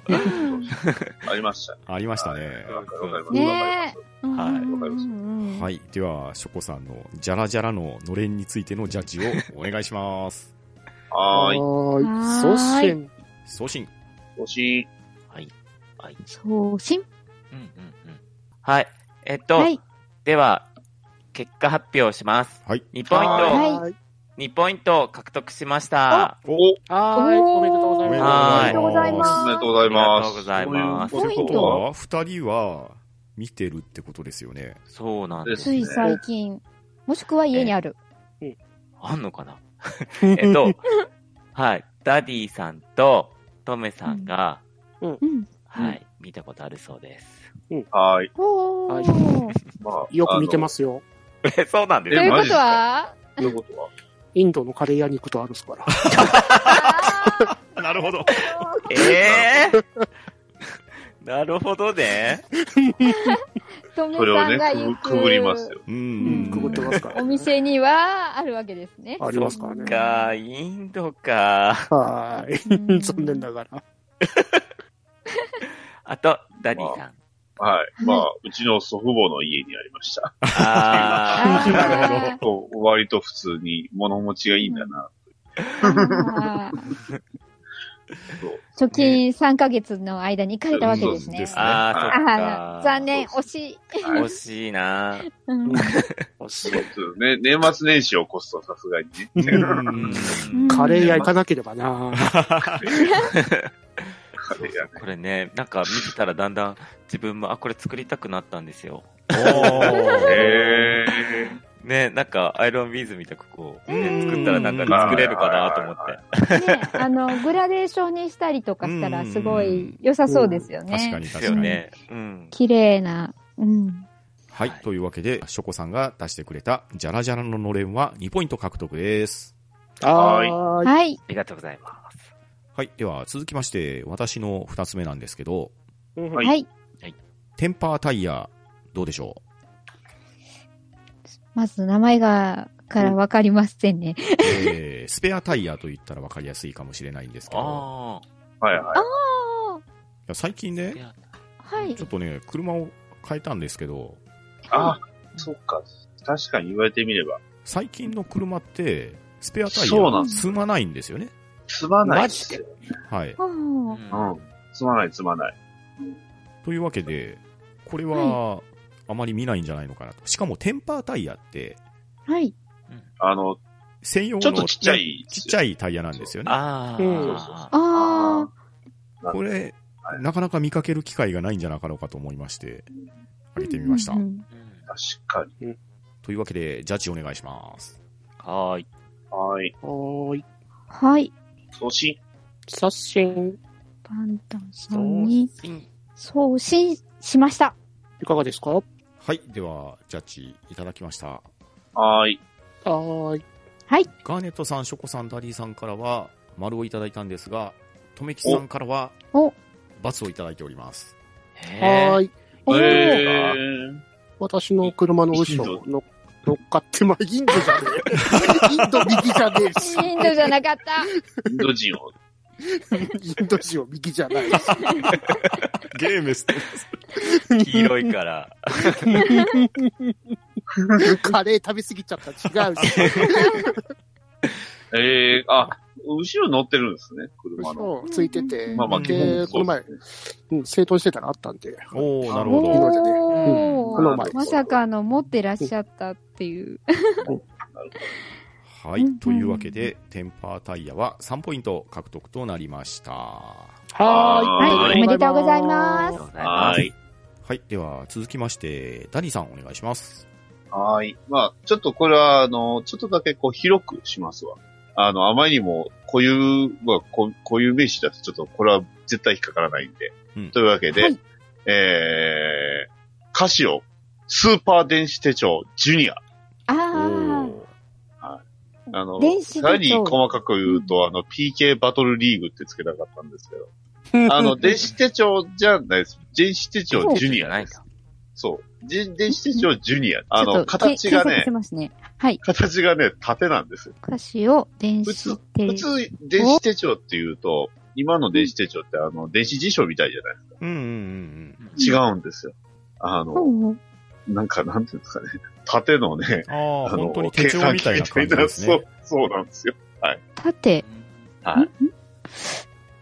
A: ありましたね。
C: ありましたね。
A: わかります。
B: ねえ。
D: はい
B: うんうんうん
C: はい。では、ショコさんのジャラジャラののれんについてのジャッジをお願いします。
A: はーい。
E: はーい。
B: はーい
C: 送
E: 送信。
C: 信。
A: 送信。
D: はい。はい。
B: そう、しん、
D: うんうんうん。はい。えっと、
B: はい。
D: では、結果発表します。
C: はい。
D: 2ポイン
B: は
D: ト、
B: い
E: はい。
D: 2ポイント獲得しました。
A: お
E: はい。おめでとうござい
D: は
E: ま
D: い
B: おめでとうございます。
A: おめでとうございます。
D: ありがとうございます
B: ポイント
C: ってことは、二人は見てるってことですよね。
D: そうなんです。
B: つい最近、もしくは家にある。
D: あんのかな えっと、はい。ダディさんとトメさんが、
B: うん。
D: はい、見たことあるそうです。
A: はーい。
B: おー。
E: はい
A: まあ、。
E: す。よく見てますすよ。
D: え、そうなん
B: と
A: え
B: いう
A: マ
B: こ
A: ジ
B: とは、
A: ということは。
E: インドのカレー屋に行くとあるっすから。
B: あ
C: なるほど。
D: ええー、 なるほどね。
B: ート メ
A: それを
B: さ
A: ね
B: んが
A: く
B: 行
A: ぐ、
B: く
A: くぐりますよ。
C: う
E: うん、
C: ん。
E: くぐってますから、
B: お店にはあるわけですね。
E: ありますからね。
D: か、インドか。
E: はー
B: う
E: い。
B: ん
E: 残念ながら。
D: あと、ダディさん。
A: はい。まあ、うちの祖父母の家にありました。
D: あー
B: なるほど
A: そう割と普通に物持ちがいいんだな。
B: あー
A: そう
B: 貯金3ヶ月の間に行かれたわけです
C: そうで
B: ね
C: す。ね
D: あー、そっ
B: あ
D: か
B: ー。残念、惜しい。
A: はい
D: 惜しいな。
B: うん
A: そうですね。年末年始を起こすとさすがにね。
C: う
D: うんん。
E: カレー屋行かなければな。
A: カレー屋ね
D: これね、なんか見てたらだんだん自分も、あ、これ作りたくなったんですよ。
C: おー
A: へ
D: ね、なんか、アイロンビーズみたくこう、
B: う
D: ね、
B: ん
D: 作ったらなんか作れるかなと思って。
B: ね、あの、グラデーションにしたりとかしたら、すごい良さそうですよね。
C: 確かに
D: で
C: 確
D: す
C: か
D: よ
C: に。
D: ね。うん。
B: 綺麗な。うん。
C: はい。というわけで、ショコさんが出してくれた、ジャラジャラののれんは2ポイント獲得です。
A: はーい
E: はーい。
B: はい
D: あ。りがとうございます。
C: はい。では、続きまして、私の2つ目なんですけど、
E: うん
A: は
B: はい。
C: テンパータイヤ、どうでしょ
B: まず名前が、からわかりませんね。
C: う、えー、スペアタイヤと言ったら分かりやすいかもしれないんですけど、
D: あ
A: はいはい。
B: あ
C: いや最近
D: あ。
C: ね
D: い、や
B: あ、はい
C: ちょ。っとね、車を変えたんですけど、
A: あ、そっか。確かに言われてみれば。
C: 最近の車って、スペアタイ
A: そうなん
C: ヤ
A: で
C: 積まないんですよね。
A: つまない
E: マ
A: っ
E: ジ
A: す
E: で
A: よ。
C: はい。
B: うん
A: うん。つまないつまない。
C: というわけで、これは、あまり見ないんじゃないのかなと。しかも、テンパータイヤって、
B: はい。
A: あの、
C: 専用の、
A: ちょっとちっちゃい。
C: ちっちゃ
A: い。
C: いタイヤなんですよね。
D: あ
E: うん
D: あ。
B: ああ、
A: あ
C: これ
A: は、い
C: なかなか見かける機会がないんじゃなかろうかと思いまして、あげてみました
B: うんう。ん
D: うん
A: 確かに。
C: というわけで、ジャッジお願いします。
D: はーい。
A: はい。
E: はーい。
B: はい。
A: 送信。
E: 刷新。
B: パンタンさんに
D: 送信
B: 送信しました。
E: いかがですかは
C: はい。では、ジャッジいただきました。
A: はい。
E: ーい。
C: ガーネットさん、ショコさん、ダリーさんからは、丸をいただいたんですが、とめきさんからは、
B: お
C: 罰をいただいております。
D: へ
E: は
D: ー
E: ーい。
B: おー
A: え
E: 私の車の後ろの乗っかってま、インドじゃねえ。インド右じゃねえし。
B: インドじゃなかった。
A: ー、インド人を。
E: インド人を右じゃないし。
C: ゲームステ
D: 黄色いから。
E: カレー食べ過ぎちゃった。違うし。
A: えー、あ、後ろ乗ってるんですね、車の。
E: そう、ついてて。
A: まあまあ、
E: で
A: 基本
E: この前、うん、整頓してたらあったんで。
C: おー、なるほど。
E: ど
B: お
E: この前
B: ー。まさかの持ってらっしゃったっていう。
C: は
B: う
C: い
B: ん。
C: というわけで、テンパータイヤは3ポイント獲得となりました。は
E: は
A: は
E: ー
B: はい
E: い。
A: は。
B: おめでとうござい
D: あ
B: ます
D: りがとう。ございま
A: は
D: す。
A: い。
C: い。では、続きまして、ダニーさんお願いします。
A: はい。まあ、ちょっとこれは、あの、ちょっとだけこう広くしますわ。あの、あまりにも固有、まあ、こ固有名詞だとちょっとこれは絶対引っかからないんで。
C: うん
A: というわけで、
B: はい
A: えー、カシオスーパー電子手帳ジュニア。
B: あ
C: おー
A: あの、
B: 電子手
A: さ
B: 帳
A: らに細かく言うと、あの、PK バトルリーグってつけたかったんですけど。あの、電子手帳じゃないです。電子手帳ジュニア
D: ない
A: です。
D: か。
A: そう。じ電子手帳ジュニア。
B: あ。
A: あの、形が
B: 検索
A: ね
B: して、ますね。はい。
A: 形がね、縦なんですよ。
B: 歌詞を電
A: 普
B: 子
A: 通
B: で
A: 普通、電子手帳って言うと、今の電子手帳ってあの、電子辞書みたいじゃない
C: うんうんうん
A: ですか。違うんですよ。あの、
B: うんうん
A: なんかなんていうんですかね、縦のね、
C: うん。ああ、
A: あの、
C: 本当に手帳みたいな感じです
A: 計算機みたいなそ
C: ね
A: う。、そうなんですよ。
B: 縦。
A: はい。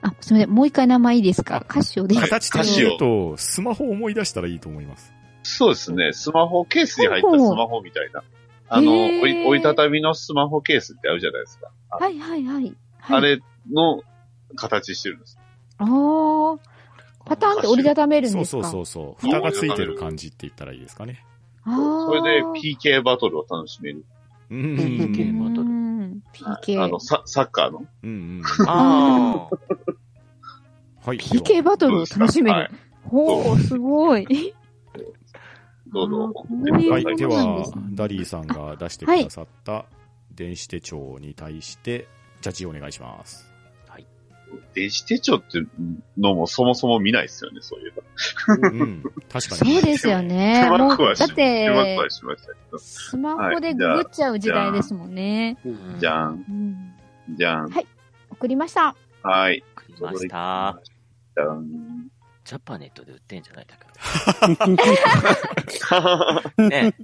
B: あ、すみません。もう一回名前いいですかカシオで。
A: はい
C: 形として言うと、スマホを思い出したらいいと思います。
A: そうですね。スマホ、ケースに入ったスマホみたいな。あの、
B: へー
A: 折り折りたたみのスマホケースってあるじゃないですか。
B: はいはいはい。はい、
A: あれの形してるんです。
B: あーパターンって折りたためるん
C: そう
B: です
C: そ
B: か
C: うそうそう。蓋がついてる感じって言ったらいいですかね。
B: あ
A: そ
B: ー
A: れで PK バトルを楽しめる。
C: う
B: うー
E: ゲー
C: ん。
E: ムバトル
B: ん
A: はいあの、
B: PK。
A: ササッカーの。
C: うんうん。
D: ああ。
C: はい。
B: PK バトルを楽しめ
A: はい
B: る。ほう、すごい。
A: どうぞ
B: あーこういう
C: は
B: はいい、
C: で
B: そうなん
C: は
B: ですね、
C: ダリーさんが出してくださった電子手帳に対して、ジャッジお願いします。
A: 電子手帳ってのもそもそも見ないですよね、そういえば。
C: うん、確かに。
B: そうですよね。
A: 手
B: も
A: 間
B: う、
A: くはし、
B: だっ
A: 手間く
B: て
A: は、しましたけど。
B: スマホでググっちゃう時代ですもんね。
E: うん
A: じゃん、
B: うん
A: じゃん。
B: はい送りました。
A: はい。
D: わかりました。
A: じゃん。
D: ジャパネットで売ってんじゃないだけ
A: は
D: ど。ね。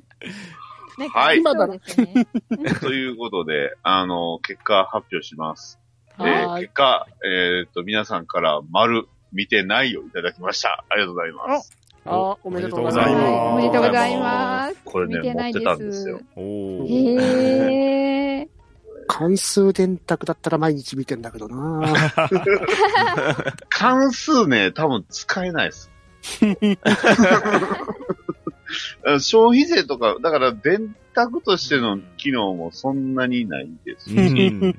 B: なんか
A: はい
B: そうですね。
A: ということで、あの、結果発表します。え
E: はい
A: ー、結果、えっ、と、皆さんから丸見てないをいただきました。ありがとうございます。
E: あーおめでとうござ
B: はいい
E: ます。
B: おめでとうございます。
A: これね、
B: 見てな
A: 持っ
B: い
A: て
B: で
A: たんですよ
B: す。。
C: おおー。
B: へえ。
E: 関数電卓だったら毎日見てんだけどな
A: 関数ね、多分使えないです。 消費税とか、だから電卓としての機能もそんなにないですし、
C: うん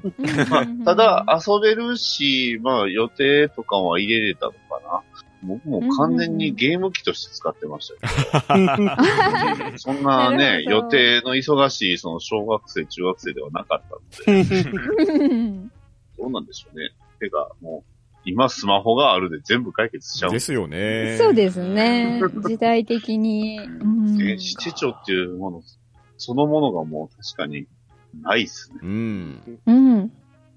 A: まあ、ただ遊べるし、まあ予定とかは入れれたのかな。僕も完全にゲーム機として使ってましたけど、 そんな
B: な
A: ね、
B: るほ
A: 予
B: ど
A: 定の忙しい、その小学生、中学生ではなかったので、
B: うん
A: どうなんでしょうね。てか、もう、今スマホがあるで全部解決しちゃうん
C: で
A: です。
C: すよね。
B: そうですね。時代的に。うん
A: 電子手帳っていうもの、そのものがもう確かにないですね。
C: うん。
B: うん。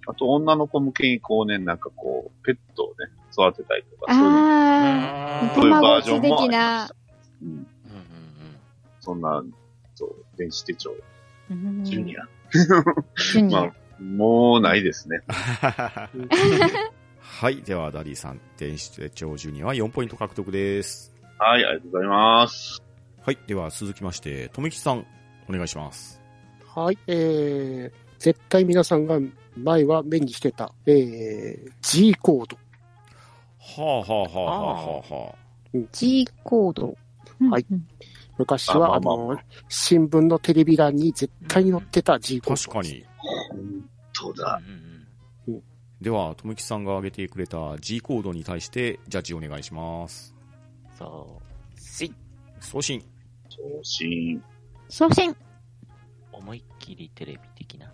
A: あと女の子向けにこうね、なんかこう、ペットをね、育てたりとか、そういう
B: ああ、
A: そういうバージョンもあり
B: 素敵
A: ま
B: な
A: した。。うん
D: うんうん
A: そんな、そう、電子手帳、
B: うん
A: ジュニア。
B: ジュニア
A: まあ、もうないですね。
C: はい。では、ダリーさん、電子手帳ジュニアは4ポイント獲得です。
A: はい、ありがとうございます。
C: はい。では、続きまして、とめきさん、お願いします。
E: はい、えー、絶対皆さんが前は目にしてた、えー、G コード。
C: はあ、はあ、はあ、はあ、は
B: G コード。うん
E: はい。
B: うん
E: 昔
A: あ
E: は、
A: ま
E: あ
A: あまあ
E: の、新聞のテレビ欄に絶対に載ってた G コ
C: あ。
E: ー
C: 確
E: ド。
C: かに。
A: 本当
D: うん
A: だ。
D: うんうん
C: では、とめきさんが挙げてくれた G コードに対して、ジャッジお願いします。
D: そう。し、
C: 送信。
A: 送信。
B: 送信。
D: 思いっきりテレビ的な。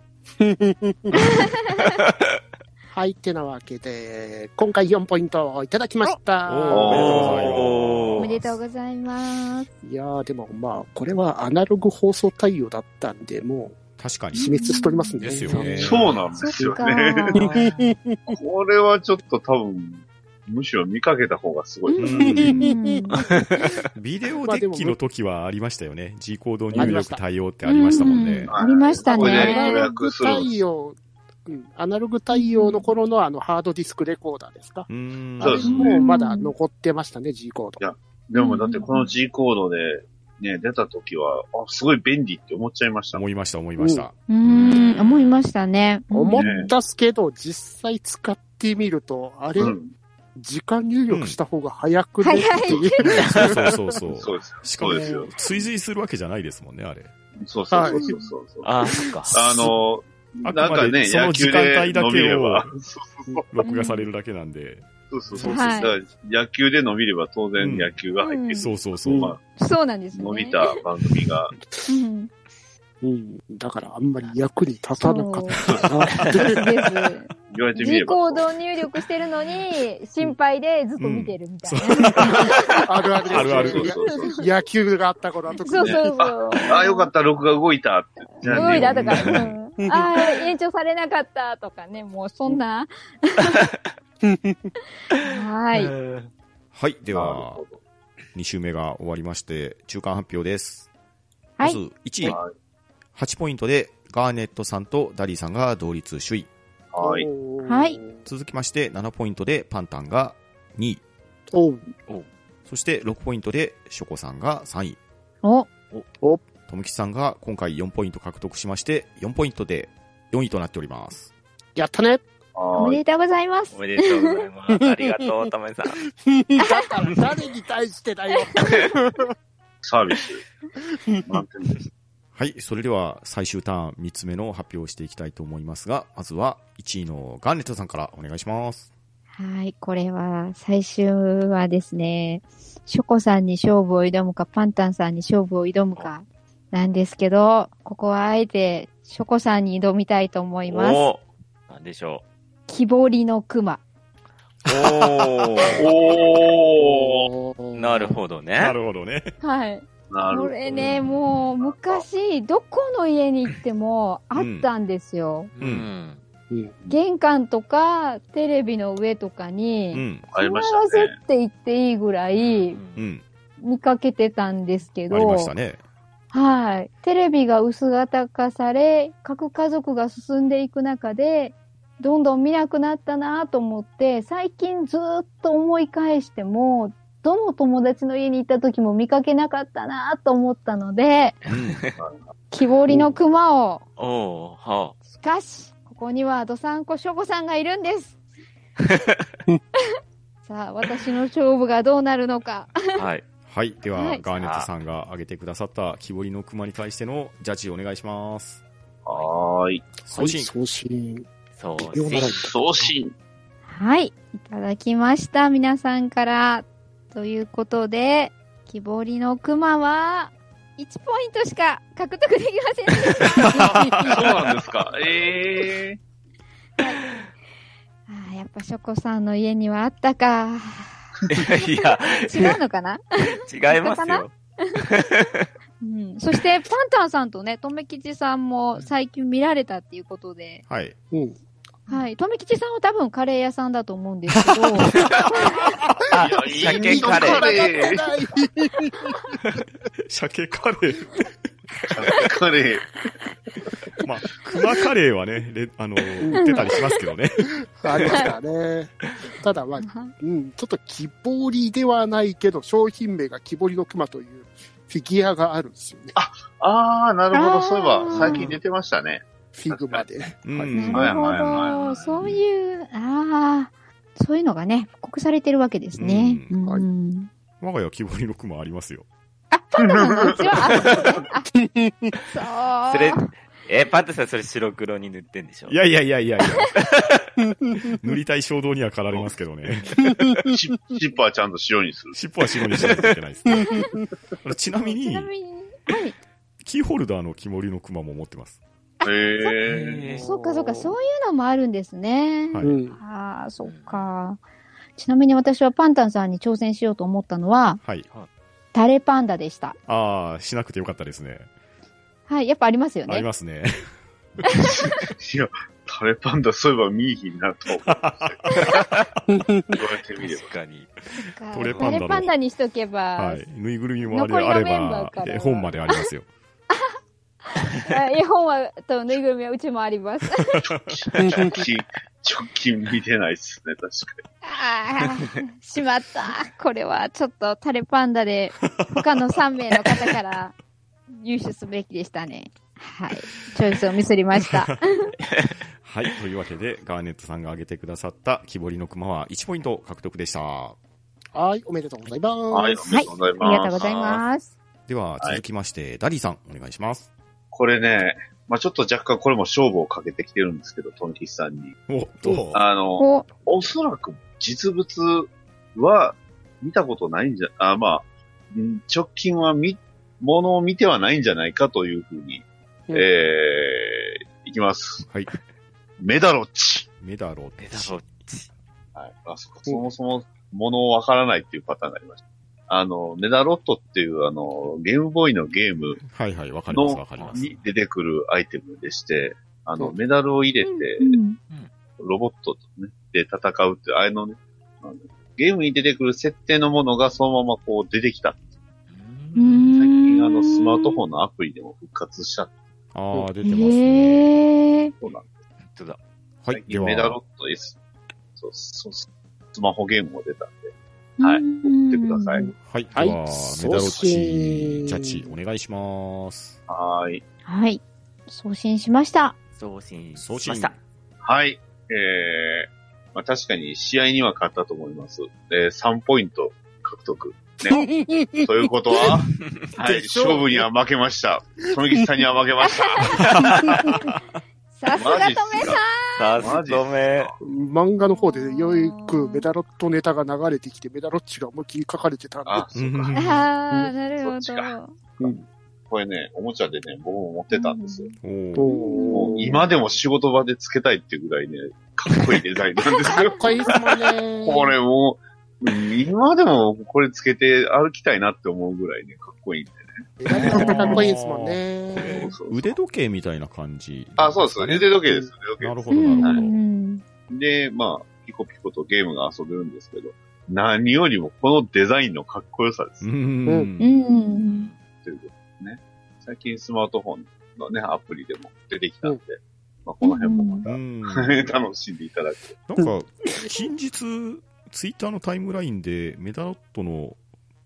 E: はい、ってなわけで、今回4ポイントいただきまし
C: お
E: た。
B: おめ
C: めで
B: でと
C: とう
B: う
C: ご
B: ございます。
E: いやー、でもまあ、これはアナログ放送対応だったんで、も
C: 確か
E: う
C: に。
E: 死滅しとりますね。
C: ですよね。
A: そうなんです
B: そ
A: よ
B: っか。
A: ね。
B: う
A: これはちょっと多分、むしろ見かけた方がすごい。
B: ん
C: ビデオデッキの時はありましたよね。G コード入力対応ってあ
B: あ
C: り
B: り
C: ま
B: ま
C: し
B: したた
C: も
B: も
C: ん
B: ん
C: ね
B: ね。
A: はい
B: ありました
A: これで予
E: アナロ
B: ね。
A: 約
E: グ
A: する。
E: 対応、うん、アナログ対応の頃のあのハードディスクレコーダーですか。
C: うーん。
A: そうですね
E: もうまだ残ってましたね、G コード。
A: でもだってこの G コードで、ね、出た時は、あ、すごい便利って思っちゃいましたもん。
C: 思いました、思いました。
B: うん、思いましたね。
E: 思ったっすけど、実際使ってみると、あれ、
A: うん。
E: 時間入力した方が早くねっていう。
C: そうそうそうそう。
A: そうです。
C: しか
A: そ
C: も
A: うですよ。、
C: 追随するわけじゃないですもんね、あれ。
A: そうそうそうそうそうそう。
D: ああ、そっか。
A: あの、な
C: あ
A: ん
C: くまで
A: かね、
C: その
A: 野
C: 時
A: 球
C: 間
A: で
C: 帯だけ
A: 伸
C: を
A: びれば。そうそうそう。
C: 録画されるだけなんで。
A: そうそうそう。
B: は
A: だ
B: い
A: から野球で伸びれば当
C: うん
A: 然野球が入ってくる。
C: そうそうそう。
A: まあ、
B: そうなんですね。
A: 伸びた番組が、
B: うん。
E: うん、だからあんまり役に立たなかったな
B: で
E: って
B: すで
A: 言わ
B: す。
A: れてみれ
F: G
A: ば。
F: コードを入力してるのに、心配でずっと見てるみたいな。
E: あるあるです
C: あるある
A: そうそうそう。
E: 野球があった頃は特
F: そ
E: に
F: う
E: ね。
F: そうそう。
A: ああ、よかった、録画動いたって。じゃあ
F: 動いたと
A: ね
F: か、うん、ああ、延長されなかったとかね、もうそんな。
B: は
D: う
B: い。
D: ん
C: はい、で
A: なる
C: は
A: ほ、ど
C: 2週目が終わりまして、中間発表です。
B: は
C: ま
B: い
C: ず、1位、
A: は
C: 8ポイントで、ガーネットさんとダリーさんが同率首位。
A: い。はい。
E: おー
B: はい
C: 続きまして7ポイントでパンタンが2位。
E: おう。
C: そして6ポイントでショコさんが3位。
B: お、
E: お、
C: とむきさんが今回4ポイント獲得しまして、4ポイントで4位となっております。
E: やったね。
B: お
A: は
B: め
A: ーい。
B: でとうございます
D: お。めでとうございます。ありがとう、たま えさん。
E: だから誰に対してだよ。
A: サービ ス。満点です。
C: はい、それでは最終ターン3つ目の発表をしていきたいと思いますが、まずは1位のガンレットさんからお願いします。
B: はい、これは、最終はですね、ショコさんに勝負を挑むか、パンタンさんに勝負を挑むか、なんですけど、ここはあえて、ショコさんに挑みたいと思います。
D: おーなんでしょ
B: 木彫りの熊。
D: う。
A: おー。
D: おー。なるほどね。
C: ほどね。
F: はい。
A: なるほ
B: こ
A: ど。
B: れね、もう、昔、どこの家に行っても、あったんですよ。
C: う。
D: うんん。
B: 玄関とか、テレビの上とか
C: う
B: に、
C: ん。
A: あり
B: 熊
A: ま
B: は
A: した
B: せっ
A: ね。
B: て言っていいぐらい、
C: うん。
B: 見かけてたんですけど、
C: ありましたね。
B: はい。テレビが薄型化され、核家族が進んでいく中で、どんどん見なくなったなと思って、最近ずーっと思い返しても、どの友達の家に行った時も見かけなかったなと思ったので、木彫りの熊を、
D: おー、は
B: しかし、ここにはドサンコショコさんがいるんです。さあ、私の勝負がどうなるのか。
D: あはい。
C: はい。では、
B: はい
C: ガーネットさんが挙げてくださった木彫りの熊に対してのジャッジお願いします。
A: はーい。
E: 送
C: 送信。
E: 信。送信。
D: そう
E: 微妙なライン
A: 送信。
B: はい。いただきました。皆さんから。ということで、木彫りの熊は、1ポイントしか獲得できませんで した。
A: そうなんですか。ええ
B: あーやっぱショコさんの家にはあったか。
D: いや、
B: 違うのかな
D: 違いますよ。
B: うん。そして、パンタンさんとね、とめきちさんも最近見られたっていうことで、
C: はい。
E: うん。
B: はい。とめきちさんは多分カレー屋さんだと思うんですけど、
D: あ、
A: いや
D: 鮭カレ
A: いいの
D: ー。
A: レー
E: ない。
C: 鮭カレー。
A: ー。カレー。
C: まあ、熊カレーはね、れあの、売ってたりしますけどね。
E: ありましたね。 ただ、まあ、うん、ちょっと木彫りではないけど、商品名が木彫りの熊というフィギュアがあるんですよね。
A: あー、なるほ
B: あ
A: ど。
B: ー
A: そういえば、最近出てましたね。
E: フィグマで。
C: うん
A: はい
B: なる
A: はいはい
B: ほ
A: は
B: ど。
A: い
B: そういう、ああ、そういうのがね、告されてるわけですね。
C: う
E: はい
B: うん
C: 我が家は木彫りの熊ありますよ。
B: あ、 パンダさんのうちは、ああそ
D: そ
B: う
D: れ。、え、パンタさんそれ白黒に塗ってんでしょ
C: いやいやいやいやいや。 塗りたい衝動には駆られますけどね。
A: チッチップはちゃんと塩にする。
C: 尻尾は白にしないといけない ですね。あのちなみ
B: ち
C: に
B: な、みに、はい。
C: キーホルダーの木彫りの熊も持ってます。
A: ええ
B: そうかそうか、そういうのもあるんですね。
C: はい
E: うん。
B: ああ、そっか。ちなみに私はパンタンさんに挑戦しようと思ったのは、
C: はい。
B: タレパンダでした。
C: ああ、しなくてよかったですね。
B: はい、やっぱありますよ
C: あり
B: ね。
C: ますね。
A: いや、タレパンダ、そういえば見えひんなと思って。言われてみれば。
D: 確かに。
B: そっか
C: トレパ
B: タ
C: ンダの
B: レパンダにしとけば、
C: はい。ぬいぐるみもあれ
B: 残りの
C: あれ
B: メンバ
C: ば
B: ーか、らは
C: 絵本までありますよ。
B: あ絵本は、と、ぬいぐるみはうちもあります。
A: 直近、直近見てないっすね、確か
B: ああ、しまった。これはちょっとタレパンダで他の3名の方から入手すべきでしたね。はい。チョイスをミスり ました。
C: はい。というわけで、ガーネットさんが挙げてくださった木彫りの熊は1ポイント獲得でした。
E: はい、おめでとうございます。
A: に。はい、おめでとうござい
B: あ
A: ます。
B: りがとうございます。
C: では、続きまして、ダディさん、お願いします。
A: これね、まあちょっと若干これも勝負をかけてきてるんですけど、トンキスさんに。
C: お、どう
A: あの、
B: お、
A: おそらく実物は見たことないんじゃ、あまあ、ん直近は見、ものを見てはないんじゃないかというふうに、
E: うん
A: えー、いきます。
C: はい。
A: メダロッチ。
C: メダロ
D: ペ
C: で
D: ダ
C: す。
D: ロ
A: はい。あそこそもそもものをわからないっていうパターンがありました。あの、メダロットっていうあの、ゲームボーイのゲーム
C: はいはい、わかります、わ
A: の
C: かります。
A: に出てくるアイテムでして、あの、
E: うん
A: メダルを入れて、
B: うん
A: ロボットとね、で戦うっていう、あれのね、あのゲームに出てくる設定のものがそのままこう出てきた。最近あのスマートフォンのアプリでも復活した
C: ああ、出てます
B: え
C: ね。
B: え
A: そうなんで
D: 本当だ。
C: は
A: 最
C: い。で
A: 近メダ
C: は
A: ロ、ット S。と、そスマホゲームも出たんで、はい、送ってください。
C: はい。
E: はい
C: では、メダロッチ、ジャッジ、お願いします。
A: はーい。
B: はい。送信しました。
D: 送信し
C: 送
D: ま
C: 信
D: した。
A: はい。えー、まあ、確かに試合には勝ったと思います。えー、3ポイント獲得。ね。ということ は、はい、
C: でしょう
A: 勝負には負けました。富木さんには負けました。マジっすかマジっ
B: さすがとめさ
D: さす
A: す
D: がめ。
E: 漫画の方でよくメダロットネタが流れてきて、メダロッチが思いっきり書かれてたんで、
A: あ、そうんか。
B: ん。ああ、なる
A: そ
B: ほ
A: っちか
B: ど。
E: うん
A: これね、おもちゃでね、僕も持ってたんですよ。
C: おー
E: お
A: もう今でも仕事場でつけたいっていうぐらいね、かっこいいデザインなんです
E: かっ
A: よ。
E: こいいですもんね。
A: これもう、うん今でもこれつけて歩きたいなって思うぐらいね、かっこいいんで
E: メダロットかっこいいですもんね
A: ね。。そうそう
C: 腕時計みたいな感じ。
A: あ、そうです。腕時計です。腕
C: な
A: 時
C: るほ
B: う
C: ど、
B: んう
C: なるほど。
B: ん
A: 計。で、まあ、ピコピコとゲームが遊べるんですけど、何よりもこのデザインのかっこよさです。
C: う。
B: うんうんん。
A: ということですね。最近スマートフォンのね、アプリでも出てきたんで、まあ、この辺もま
C: う
A: た、
C: ん。
A: 楽しんでいただく。
C: なんか、近日、ツイッターのタイムラインで、メダロットの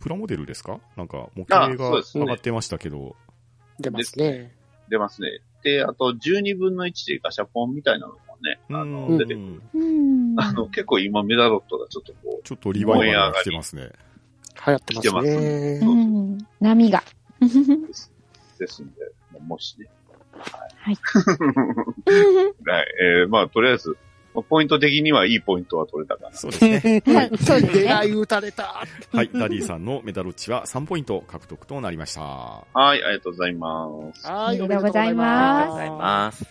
C: プラモデルですかなんか、模型
A: あそう
C: が
A: ですね
C: 上がってましたけど。
E: 出ますね。
A: 出ますね。で、あと、12分の1でガシャポンみたいなのもね、あ
C: う
A: の、
C: ん
A: 出てくる。
B: うん。
A: あの、結構今メダロットがちょっとこ
C: ちょっとリバイバルが来てますね。
E: 流行ってます
A: う
E: ね。
B: うん波が。
A: うです、ですんで、もしね。
B: はい。
A: はい、えー、まあ、とりあえず、まあポイント的にはいいポイントは取れたかな。
C: そうですね。
B: はいそうです
E: 出
B: ね。
E: 会い打たれた。
C: はい。ダディさんのメダロッチは3ポイント獲得となりました。は
A: はい、ありがとうございます。
E: は
B: あ
E: い、お
B: り
E: め
B: がと
E: で
B: う
E: とうご
B: ご
E: ざ
B: ざ
E: い
B: い
D: あり
E: ま
D: が
B: ま
D: とうご
E: す。
D: ざいます。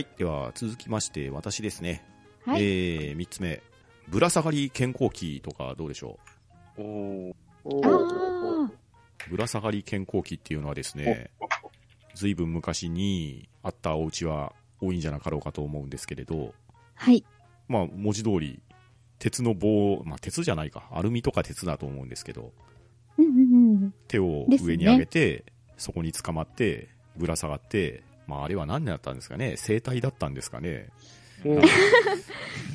C: い。では、続きまして、私ですね。
B: はい。
C: えー、3つ目。ぶら下がり健康器とかどうでしょ
D: おー
E: お
B: あ
E: ー
B: あ。
C: うぶら下がり健康器っていうのはですね、ずいぶん昔にあったお家は多いんじゃなかろうかと思うんですけれど、
B: はい。
C: まあ、文字通り、鉄の棒、まあ、鉄じゃないか。アルミとか鉄だと思うんですけど、
B: うんうん
C: 手を
B: ですね
C: 上に上げて、そこに捕まって、ぶら下がって、まあ、あれは何だったんですかね生体だったんですかね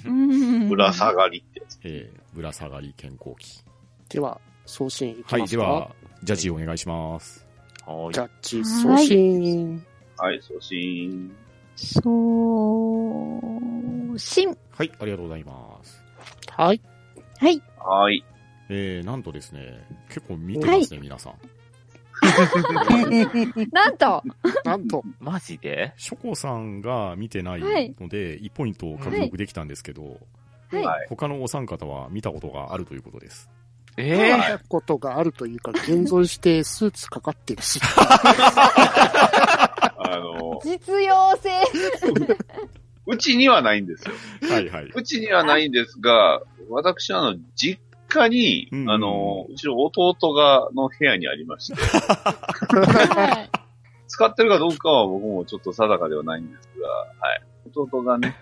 E: うん
B: うん。
A: ぶら下がりってやつ。
C: えー、ぶら下がり健康器。
E: では、送信いき
C: はい、
E: ます
C: で
E: か。
C: は、ジャッジお願いします。
D: は
E: ジ
D: ー
E: ャ
D: い。
E: ッジ送信。
A: はい、送信。
B: そう、しん。
C: はい、ありがとうございます。
E: はい。
B: はい。
A: はい。
C: えー、なんとですね、結構見てますね、皆さん。
B: なんと、
E: なんと、
D: マジで
C: ショコさんが見てない
B: はい
C: ので、1ポイントを獲得できたんですけど、
B: はい。
A: はい
C: 他のお三方は見たことがあるということです。
E: 見
D: え
E: たことがあるというか、現存してスーツかかってるし。
A: あの、
B: 実用性。
A: うちにはないんですよ。
C: はいはい。
A: うちにはないんですが、私、あの、実家に、
C: うん
A: あの、うちの弟が、の部屋にありまして、
B: はい。
A: 使ってるかどうかは僕もちょっと定かではないんですが、はい。弟がね、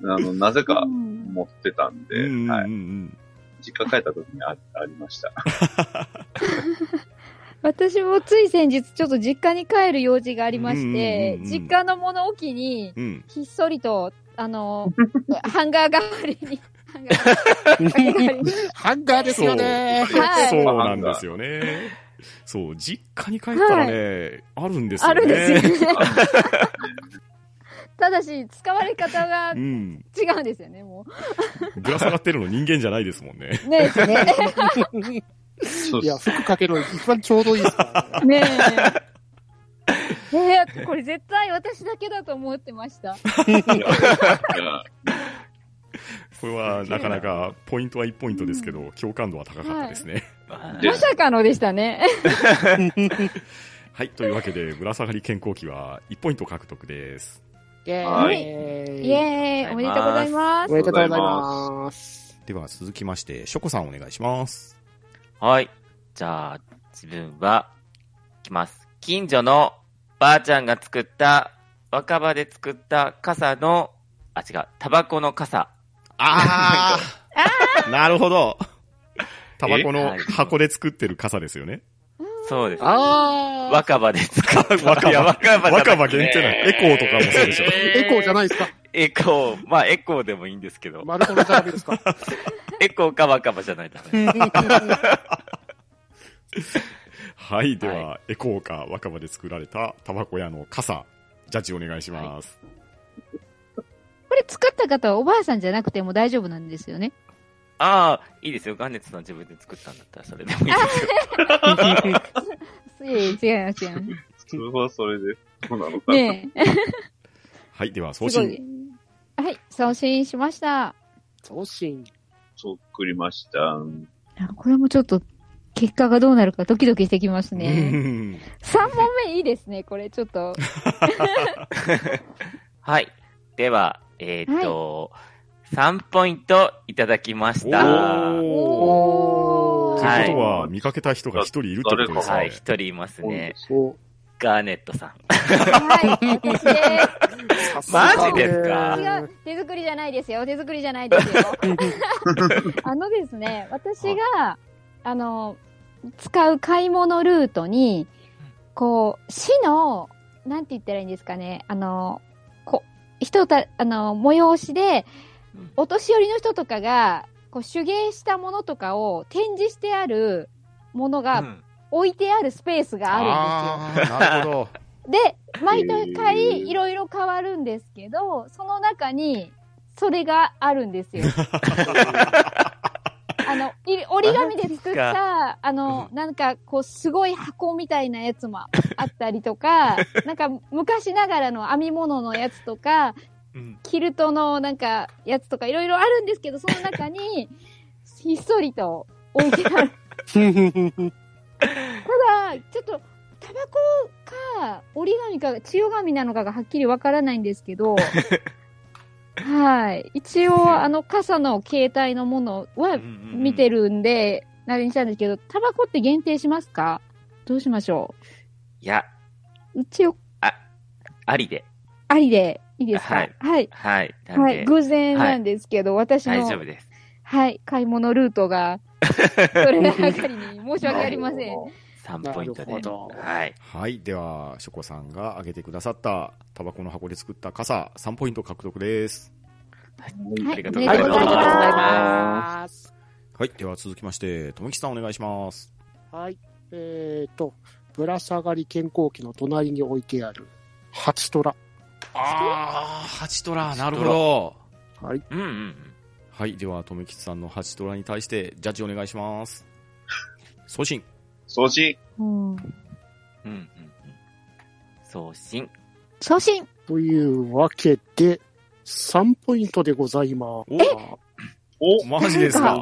A: あの、なぜか
B: うん
A: 持ってたんで、
C: うんうんうん
A: はい。
C: うん
A: 実家帰った時にあありました。
B: 私もつい先日、ちょっと実家に帰る用事がありまして
C: うんうん、うんうん
B: 実家の物置に、
C: うん。
B: ひっそりと、あ の、ハンガー代わりに、ハンガー代わりに
E: ハンガーですよね。
B: はい
C: そうなんですよね。そう、実家に帰ったらね、あるんですよ
B: あ
C: ね。
B: るんです よね。ただし、使われ方が
C: う
B: 違
C: ん。
B: うんですよね、も
C: ぶら下がってるの人間じゃないですもんね。
B: う。ねえ、ね
A: そう
E: い
A: で
E: や、
A: す。
E: 服かけるの一番ちょうどいいですから
B: え。ね え。ええこれ絶対私だけだと思ってました。
A: いやいや
C: これはなかなか、ポイントは1ポイントですけど、共感度は高かったですね。
A: で
B: まさかのでしたね。
C: はい、というわけで、ぶら下がり健康期は1ポイント獲得です。
E: ね。
A: はい
B: イ
E: イェーイ。
B: エーイ、おめでとうございま
E: お
B: す。
E: めでとうございます。
C: では続きまして、ショコさんお願いします。
D: はい。じゃあ、自分は、いきます。近所のばあちゃんが作った、若葉で作った傘の、あ、違う、タバコの傘。
C: ああなるほど。タバコの
D: え
C: 箱で作ってる傘ですよね。
D: そうです。
E: あー。
D: 若葉で使った。
C: 若葉
D: いや若葉じゃな
C: 若
D: い
C: 葉限定なのエコーとかもそうでしょ。
E: エコーじゃないですか。
D: エコー、まあエコーでもいいんですけど、
E: 丸物じゃダメですか。
D: エコーかばかばじゃないとね。
C: はい、では、エコーか若葉で作られたタバコ屋の傘、ジャッジお願いします。
G: これ作った方はおばあさんじゃなくても大丈夫なんですよね。
D: ああ、いいですよ。ガネツさん自分で作ったんだったらそれでもいいですよ。
G: いえいえ違います、違いま
A: それはそれで、そうなの
G: す。
A: かな。
G: ねえ。
C: はい、で は送
G: すご
C: 信
G: い。。はい、送信しました。
E: 送信。
A: 送りました。
G: あこれもちょっと、結果がどうなるかドキドキしてきます
C: う
G: ね。
C: ん
B: 3問目いいですね、これちょっと。
D: はい。では、えーっと、3ポイントいただきまし
C: お
D: た。
C: ー
G: お
E: お
G: ー。
C: と
D: はい
C: いうことは、見かけた人が一人いるってことですね。
D: はい、一人いますね。
E: お
D: ガーネットさん。
B: はい、私です。
E: さすがね
D: マジですか
B: 違う、手作りじゃないですよ。手作りじゃないですよ。 あのですね、私が、あの、使う買い物ルートに、こう、市の、なんて言ったらいいんですかね、あの、こう、人た、あの、催しで
D: うん、
B: お年寄りの人とかが、こう、手芸したものとかを展示してあるもの
D: う
B: が
D: ん
B: 置いてあるスペースがあるんですよ。
C: あーなるほど。
B: で、毎
A: へ
B: 回
A: ー
B: いろいろ変わるんですけど、その中に、それがあるんです よ。あの、い折り紙で作った、あの、なんか、こう、すごい箱みたいなやつもあったりと か、なんか、昔ながらの編み物のやつとか、
D: うん
B: キルトのなんか、やつとかいろいろあるんですけど、その中に、ひっそりと置いてある。ただ、ちょっと、タバコか、折り紙か、千代紙なのかがはっきりわからないんですけ ど、はい。一応、あの、傘の携帯のものは見てるんで、あれにしたんですけど、タバコって限定しますかどうしましょ
D: いや、
B: う一応、
D: ありで。
B: ありでいいですか
D: は
B: はいい。はい。
D: はい。なんで、
B: 偶然なんですけど、私
D: 大
B: の
D: 丈、夫です。
B: はい、買い物ルート が、そればかりに申し訳ありません。
D: 3ポイントで
E: なる。ほど
D: はい。
C: はい、では、ショコさんが挙げてくださった、タバコの箱で作った傘、3ポイント獲得です。
B: はい
D: ありが
B: お
D: とう
B: め
D: ござ
B: でと
D: い
B: うござい
D: ます。
B: ます。
C: はい、では続きまして、とめきさんお願いします。
E: はい。えっ、ー、と、ぶら下がり健康器の隣に置いてある、ハチトラ。
C: あー、ハチトラ、な
D: るほ
C: ど。
E: はい。
D: うんうんうん。
C: はい、では、とめきさんのハチトラに対して、ジャッジお願いします。送信。
A: 送信
G: うん
D: うんうんうん。送信。
G: 送信
E: というわけで、3ポイントでございま
C: お
A: お
C: マジですか
E: す。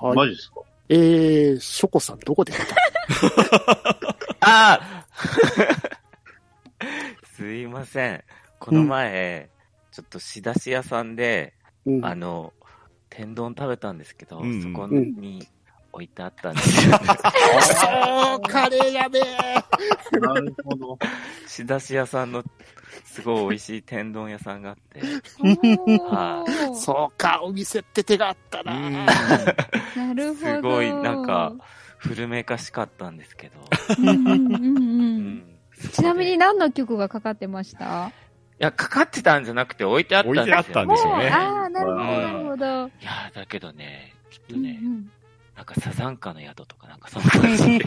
E: は
A: マ
E: い。
A: ジですか
E: えー、ショコさんどこで見た
D: あ あすいません。この前、ちょっと仕出し屋さんで、
E: うん。
D: あの、天丼食べたんですけど、
C: うん
D: そこに置いてあったんですよ。
E: おー、カレーやべえ。
A: なるほど。
D: 仕出し屋さんの、すごい美味しい天丼屋さんがあって、
B: お
D: は
B: ー
E: そうか、お店って手があった
C: う
E: な。
C: ん
G: なるほど。
D: すごいなんか、古めかしかったんですけど。
G: うんうんうんう。
D: うんん
G: ちなみに
D: い
G: 何の曲がかかってました
D: や、かかってたんじゃなくて置いてあったんです
C: 置
D: よ。
C: いてあったんですよね
D: い
G: ああ、なるほど、
A: うん
G: なるほど。
D: や、だけどね、きっと
G: うんう
D: ね、
G: ん
D: なんかサザンカの宿とかなんかそんな感じで。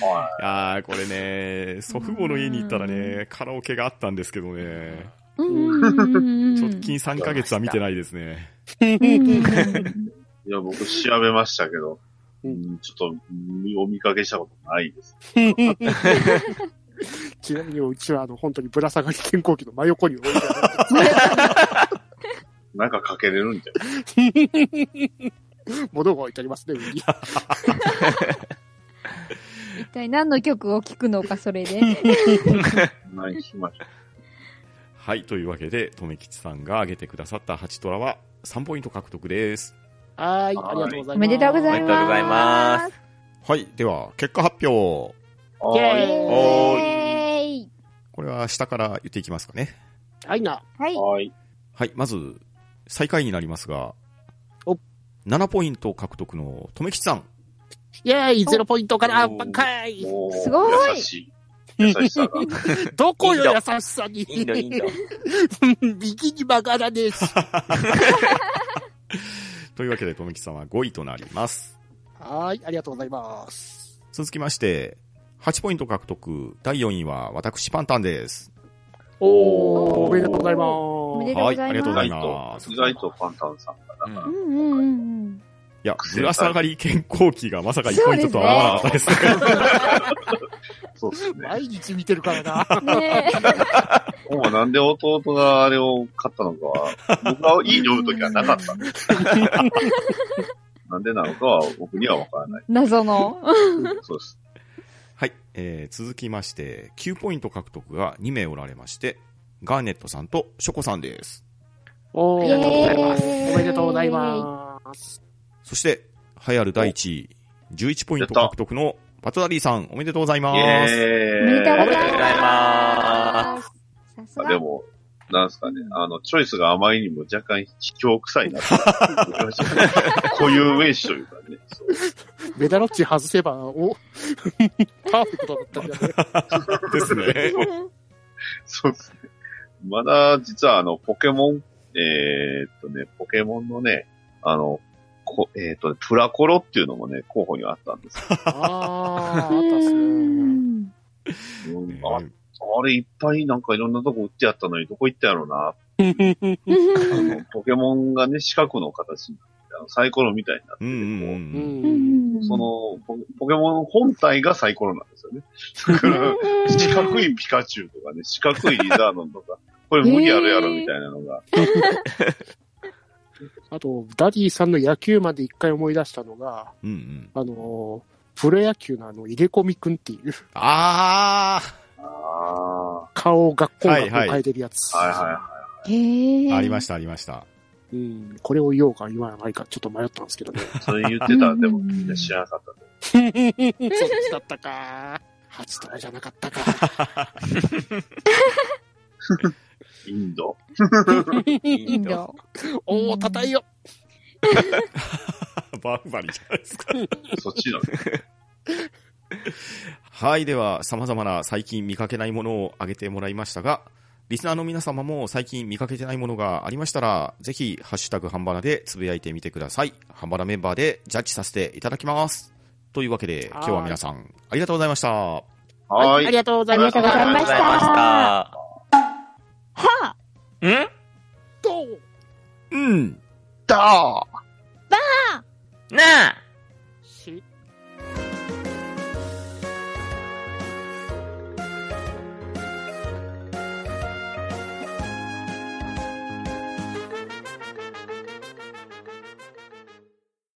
A: は
C: あー、これね、祖父母の家に行ったらね、カラオケがあったんですけどね、
G: うんうんうんうん。
C: 直近3ヶ月は見てないですね。
A: い。いや、僕調べましたけど、
E: う
A: うんん、ちょっと、見お見かけしたことないです。
E: ちなみにうちはあの本当にぶら下がり健康器の真横に置いてあ
A: なんかかけれるんじゃない
E: るものが置いてありますね、上に。
G: 一体何の曲を聴くのか、それで。
A: ないしましょ
C: はい、というわけで、とめきちさんが挙げてくださったハチトラは、3ポイント獲得です。
E: はい、ありがとうございます。
G: おめでとうございます。。
D: おめでとうございます
C: はい、では、結果発表。
A: う。あー
E: イェーイ
A: おーい
G: えーい。
C: これは下から言っていきますかね。
E: はいな。
G: はい。
A: はい。
C: はい、まず、最下位になりますが
E: お、
C: 7ポイント獲得の、とめきちさん。
E: イェーイ、ゼロポイントから、
A: おー
E: ばっかい。
A: おー
G: すごい
A: 優しい。優しさが。
E: どこよ、
D: インド
E: 優しさに。
D: インド、インド。
E: 右に曲がらねえし。
C: というわけで、とめきさんは5位となります。
E: はーい、ありがとうございます。
C: 続きまして、8ポイント獲得、第4位は私パンタンです。
E: おー、おめでとうございます。
F: おめでとう
C: は
F: ご
C: い、
F: ざいます
C: ありがとう
A: 意
C: ござい
A: 外
C: ま
A: と、
C: す。
A: 意外とパンタンさんが
D: う
A: なんかなか
F: う、んうんうん
C: いや、
A: 癖
C: ぶら下がり健康期がまさか1ポイントとは思わなかったですね。
A: そうですね。
E: 毎日見てるから な。
F: うん。ねえ。
A: 今はなんで弟があれを買ったのか は、僕はいい読むときはなかったんです。なんでなのかは僕にはわからない。
F: 謎の。
A: そうです。
C: はい、えー、続きまして、9ポイント獲得が2名おられまして、ガーネットさんとショコさんです。
E: お
D: りがとうございます
E: おめでとうございます。
C: そして、栄えある第1位、11ポイント獲得のパトダリーさん、おめでとうござい
A: イ
C: ます。
A: エ
F: おめでとうご
A: ーイ
F: ざいま。
D: ます
F: さす
A: あで
F: が。
A: も、なんすかね、あの、チョイスがあまりにも若干卑怯臭い なって思いましたね。固有名詞というかね。そう
E: メダロッチ外せば、お、 パーフェクトだったんじゃ ない
C: ですね。
A: そうですね。まだ、実はあの、ポケモン、えーっとね、ポケモンのね、あの、こえーっと、プラコロっていうのもね、候補にはあったんです
F: う
E: あー、あったっすね。
F: ん。
A: けど、
C: ね
A: ああれいっぱいなんかいろんなとこ売ってやったのに、どこ行ったやろうな。あの、ポケモンがね、四角の形になって、あのサイコロみたいになって
C: うんうんう。
A: て、こ
E: うんん。
A: うその ポ、ポケモン本体がサイコロなんですよね。 だから、四角いピカチュウとかね、四角いリザードンとか、これ無理あるやろみたいなのが、
E: あと、ダディさんの野球まで一回思い出したのが、
C: うんうん。
E: あのー、プロ野球のあの、入れ込みくんっていう、
C: あ
A: あ
E: 顔を学校学校変えてるやつ。
A: あ、はいは
F: へ
C: ー、
F: え。。
C: ありましたた、ありました。
E: うん、これを言おうか言わないかちょっと迷ったんですけどね。
A: い。それ言ってたら、でもみんな知らなかったと思
E: そっちだったか。初トラじゃなかったか。
A: う。インド。
D: イ
F: イン
D: ンド。
F: ド。
E: おお、叩いよ。
C: バーバリーじゃないですか。
A: そっちの、
C: はい、では、様々な最近見かけないものを挙げてもらいましたが、リスナーの皆様も最近見かけてないものがありましたら、ぜひ、ハッシュタグハンバラでつぶやいてみてください。ハンバラメンバーでジャッジさせていただきます。というわけで、今日は皆さん、ありがとうございました。
A: はー
E: あり
A: い。
E: がとうござ
F: あ
E: い
F: りが
E: ました
F: とうございました。はあ
D: ありがとうございました。ん
E: どう
C: うん。
A: だー